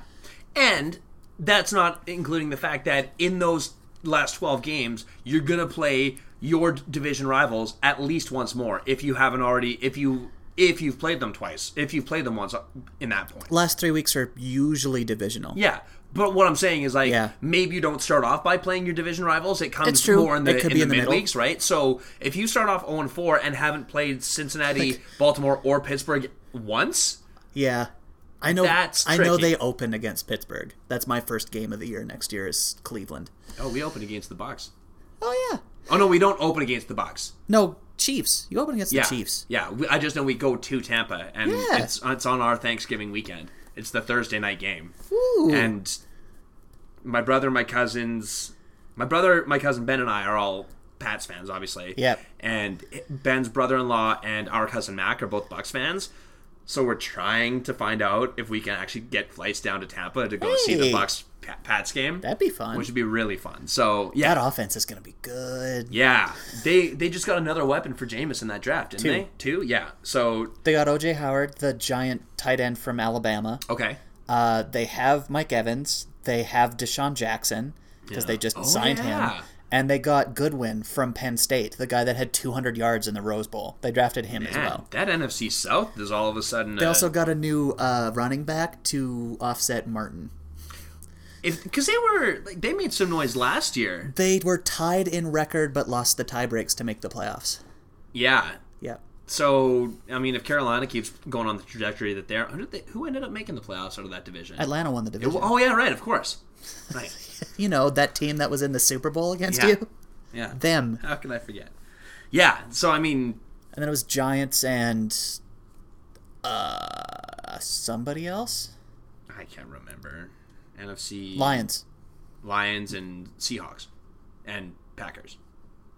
[SPEAKER 2] And that's not including the fact that in those last 12 games, you're going to play your d- division rivals at least once more if you haven't already if you if you've played them twice, if you've played them once uh, in that point.
[SPEAKER 1] Last three weeks are usually divisional.
[SPEAKER 2] Yeah. But what I'm saying is like
[SPEAKER 1] Yeah.
[SPEAKER 2] maybe you don't start off by playing your division rivals. It comes
[SPEAKER 1] It's true.
[SPEAKER 2] more in the,
[SPEAKER 1] It could be
[SPEAKER 2] in the,
[SPEAKER 1] in the middle.
[SPEAKER 2] midweeks, right? So if you start off 0 4 and haven't played Cincinnati, Baltimore, or Pittsburgh once,
[SPEAKER 1] Yeah. I know.
[SPEAKER 2] That's
[SPEAKER 1] I know
[SPEAKER 2] tricky.
[SPEAKER 1] they open against Pittsburgh. That's my first game of the year. Next year is Cleveland.
[SPEAKER 2] oh, we open against the Bucks.
[SPEAKER 1] Oh yeah.
[SPEAKER 2] Oh no, we don't open against the Bucks.
[SPEAKER 1] No Chiefs. You open against
[SPEAKER 2] Yeah,
[SPEAKER 1] the Chiefs.
[SPEAKER 2] Yeah, we, I just know we go to Tampa, and
[SPEAKER 1] Yeah.
[SPEAKER 2] it's it's on our Thanksgiving weekend. It's the Thursday night game,
[SPEAKER 1] Ooh.
[SPEAKER 2] and my brother, my cousins, my brother, my cousin Ben, and I are all Pats fans, obviously.
[SPEAKER 1] Yep.
[SPEAKER 2] And Ben's brother-in-law and our cousin Mac are both Bucks fans. So we're trying to find out if we can actually get flights down to Tampa to go see the
[SPEAKER 1] Hey.
[SPEAKER 2] Bucks Pa- Pats game,
[SPEAKER 1] That'd be fun.
[SPEAKER 2] which would be really fun. So yeah,
[SPEAKER 1] that offense is gonna be good.
[SPEAKER 2] yeah, they they just got another weapon for Jameis in that draft, didn't
[SPEAKER 1] Two.
[SPEAKER 2] they? Two, yeah. So
[SPEAKER 1] They got OJ Howard, the giant tight end from Alabama.
[SPEAKER 2] okay,
[SPEAKER 1] Uh, they have Mike Evans. They have Deshaun Jackson because they just
[SPEAKER 2] Oh,
[SPEAKER 1] signed
[SPEAKER 2] yeah.
[SPEAKER 1] him. And they got Goodwin from Penn State, the guy that had 200 yards in the Rose Bowl. They drafted him as
[SPEAKER 2] Man,
[SPEAKER 1] well.
[SPEAKER 2] that NFC South is all of a sudden.
[SPEAKER 1] They also got a new uh, running back to offset Martin.
[SPEAKER 2] because they were like they made some noise last year.
[SPEAKER 1] They were tied in record but lost the tiebreaks to make the playoffs.
[SPEAKER 2] Yeah.
[SPEAKER 1] Yep.
[SPEAKER 2] So I mean, if Carolina keeps going on the trajectory that they're, who, did they, who ended up making the playoffs out of that division?
[SPEAKER 1] Atlanta won the division.
[SPEAKER 2] Oh yeah, right. Of course. Right.
[SPEAKER 1] you know, that team that was in the Super Bowl against
[SPEAKER 2] Yeah.
[SPEAKER 1] you?
[SPEAKER 2] Yeah.
[SPEAKER 1] Them.
[SPEAKER 2] How can I forget? Yeah. So I mean,
[SPEAKER 1] And then it was Giants and uh, somebody else?
[SPEAKER 2] I can't remember. NFC
[SPEAKER 1] Lions.
[SPEAKER 2] Lions and Seahawks and Packers.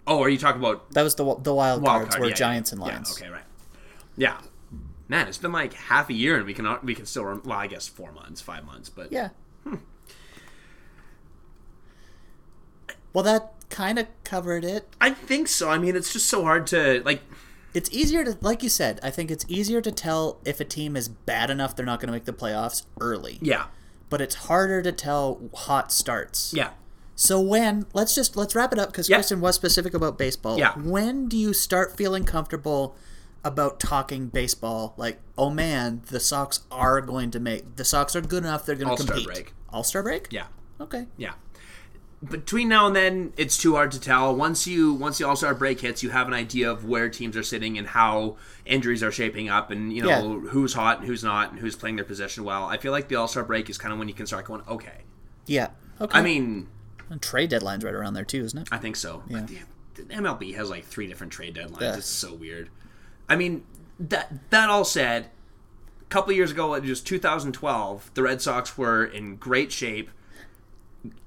[SPEAKER 2] Oh, are you talking about
[SPEAKER 1] That was the wi- the wild,
[SPEAKER 2] wild
[SPEAKER 1] cards
[SPEAKER 2] card,
[SPEAKER 1] were
[SPEAKER 2] yeah,
[SPEAKER 1] Giants
[SPEAKER 2] yeah.
[SPEAKER 1] and
[SPEAKER 2] Yeah,
[SPEAKER 1] Lions.
[SPEAKER 2] okay, right. Yeah, man, it's been like half a year, and we can uh, we can still rem- well, I guess four months, five months, but
[SPEAKER 1] Yeah.
[SPEAKER 2] Hmm.
[SPEAKER 1] Well, that kind of covered it.
[SPEAKER 2] I think so. I mean, it's just so hard to like.
[SPEAKER 1] It's easier to, like you said, I think it's easier to tell if a team is bad enough they're not going to make the playoffs early.
[SPEAKER 2] Yeah,
[SPEAKER 1] But it's harder to tell hot starts.
[SPEAKER 2] yeah.
[SPEAKER 1] So when let's just let's wrap it up because
[SPEAKER 2] Yeah.
[SPEAKER 1] Kristen was specific about baseball.
[SPEAKER 2] Yeah.
[SPEAKER 1] When do you start feeling comfortable about talking baseball? Like, oh man, the Sox are going to make the Sox are good enough. They're going to
[SPEAKER 2] All-Star
[SPEAKER 1] compete.
[SPEAKER 2] break.
[SPEAKER 1] All Star break.
[SPEAKER 2] Yeah,
[SPEAKER 1] Okay.
[SPEAKER 2] yeah. Between now and then, it's too hard to tell. Once you once the All Star break hits, you have an idea of where teams are sitting and how injuries are shaping up, and you know who's hot and who's not, and who's playing their position well. I feel like the All Star break is kind of when you can start going, okay.
[SPEAKER 1] Yeah. Okay.
[SPEAKER 2] I mean,
[SPEAKER 1] and trade deadline's right around there too, isn't it?
[SPEAKER 2] I think so.
[SPEAKER 1] Yeah.
[SPEAKER 2] The, the MLB has like three different trade deadlines.
[SPEAKER 1] Yeah.
[SPEAKER 2] It's so weird. I mean, that that all said, a couple years ago, it was 2012. The Red Sox were in great shape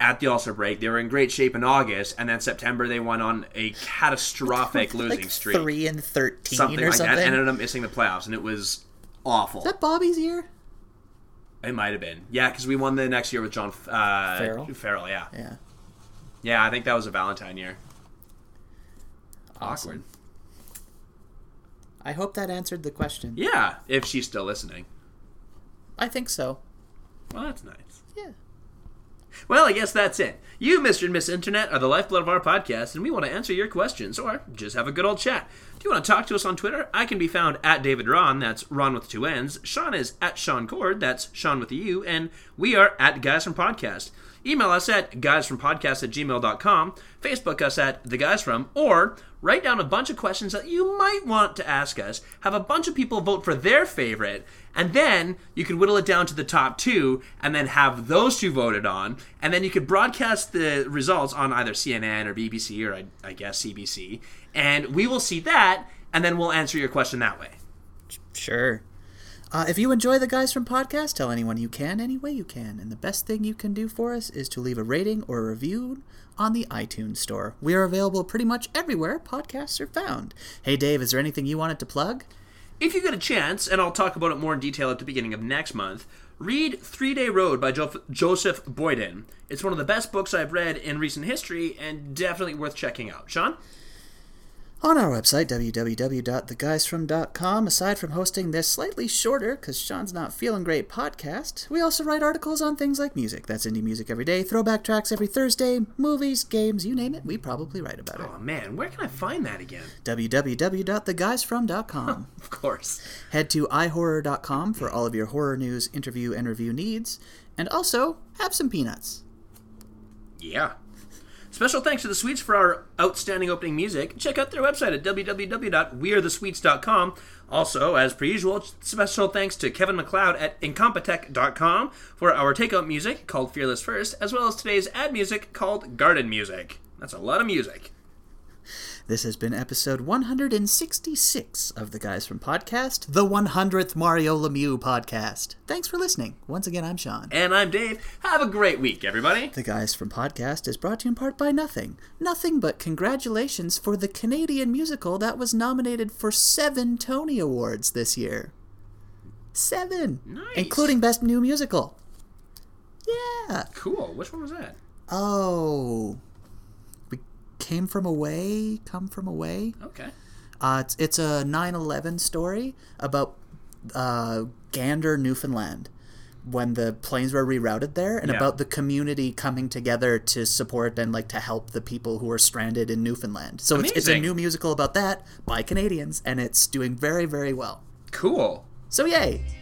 [SPEAKER 2] at the All Star break. They were in great shape in August, and then September they went on a catastrophic losing
[SPEAKER 1] like
[SPEAKER 2] streak,
[SPEAKER 1] three and thirteen
[SPEAKER 2] something
[SPEAKER 1] or
[SPEAKER 2] like
[SPEAKER 1] something.
[SPEAKER 2] that, and ended up missing the playoffs, and it was awful.
[SPEAKER 1] Is that Bobby's year?
[SPEAKER 2] It might have been, yeah, because we won the next year with John uh,
[SPEAKER 1] Farrell?
[SPEAKER 2] Farrell, yeah. yeah,
[SPEAKER 1] Yeah.
[SPEAKER 2] I think that was a Valentine year.
[SPEAKER 1] Awesome.
[SPEAKER 2] Awkward.
[SPEAKER 1] I hope that answered the question.
[SPEAKER 2] Yeah, if she's still listening.
[SPEAKER 1] I think so.
[SPEAKER 2] Well, that's nice.
[SPEAKER 1] Yeah.
[SPEAKER 2] Well, I guess that's it. You, Mr. and Miss Internet, are the lifeblood of our podcast, and we want to answer your questions or just have a good old chat. Do you want to talk to us on Twitter? I can be found at David Ron, that's Ron with two N's. Sean is at Sean Cord, that's Sean with a U, and we are at Guys from Podcast. Email us at guysfrompodcast at gmail.com, Facebook us at The Guys From, or write down a bunch of questions that you might want to ask us, have a bunch of people vote for their favorite, and then you could whittle it down to the top two, and then have those two voted on, and then you could broadcast the results on either CNN or BBC or I, I guess CBC, and we will see that, and then we'll answer your question that way.
[SPEAKER 1] Sure. Uh, if you enjoy the guys from podcast, tell anyone you can any way you can. And the best thing you can do for us is to leave a rating or a review on the iTunes store. We are available pretty much everywhere podcasts are found. Hey Dave, is there anything you wanted to plug?
[SPEAKER 2] If you get a chance, and I'll talk about it more in detail at the beginning of next month, read Three Day Road by jo- Joseph Boyden. It's one of the best books I've read in recent history and definitely worth checking out. Sean?
[SPEAKER 1] On our website, www.theguysfrom.com, aside from hosting this slightly shorter, because Sean's not feeling great podcast, we also write articles on things like music. That's indie music every day, throwback tracks every Thursday, movies, games, you name it, we probably write about it.
[SPEAKER 2] Oh man, where can I find that again?
[SPEAKER 1] www.theguysfrom.com.
[SPEAKER 2] Of course.
[SPEAKER 1] Head to ihorror.com for all of your horror news, interview, and review needs, and also have some peanuts.
[SPEAKER 2] Yeah. Special thanks to the Sweets for our outstanding opening music. Check out their website at www.wearethesweets.com. Also, as per usual, special thanks to Kevin McLeod at incompetech.com for our takeout music called Fearless First, as well as today's ad music called Garden Music. That's a lot of music.
[SPEAKER 1] This has been episode 166 of the Guys from Podcast, the 100th Mario Lemieux podcast. Thanks for listening. Once again, I'm Sean.
[SPEAKER 2] And I'm Dave. Have a great week, everybody.
[SPEAKER 1] The Guys from Podcast is brought to you in part by nothing. Nothing but congratulations for the Canadian musical that was nominated for seven Tony Awards this year. Seven!
[SPEAKER 2] Nice.
[SPEAKER 1] Including Best New Musical. Yeah!
[SPEAKER 2] Cool. Which one was that?
[SPEAKER 1] Oh. We came from away? Come from away?
[SPEAKER 2] Okay.
[SPEAKER 1] Uh, it's, it's a 9 11 story about uh, Gander, Newfoundland, when the planes were rerouted there, and
[SPEAKER 2] Yeah.
[SPEAKER 1] about the community coming together to support and like to help the people who are stranded in Newfoundland. So it's, it's a
[SPEAKER 2] Amazing.
[SPEAKER 1] new musical about that by Canadians, and it's doing very, very well.
[SPEAKER 2] Cool.
[SPEAKER 1] So, yay!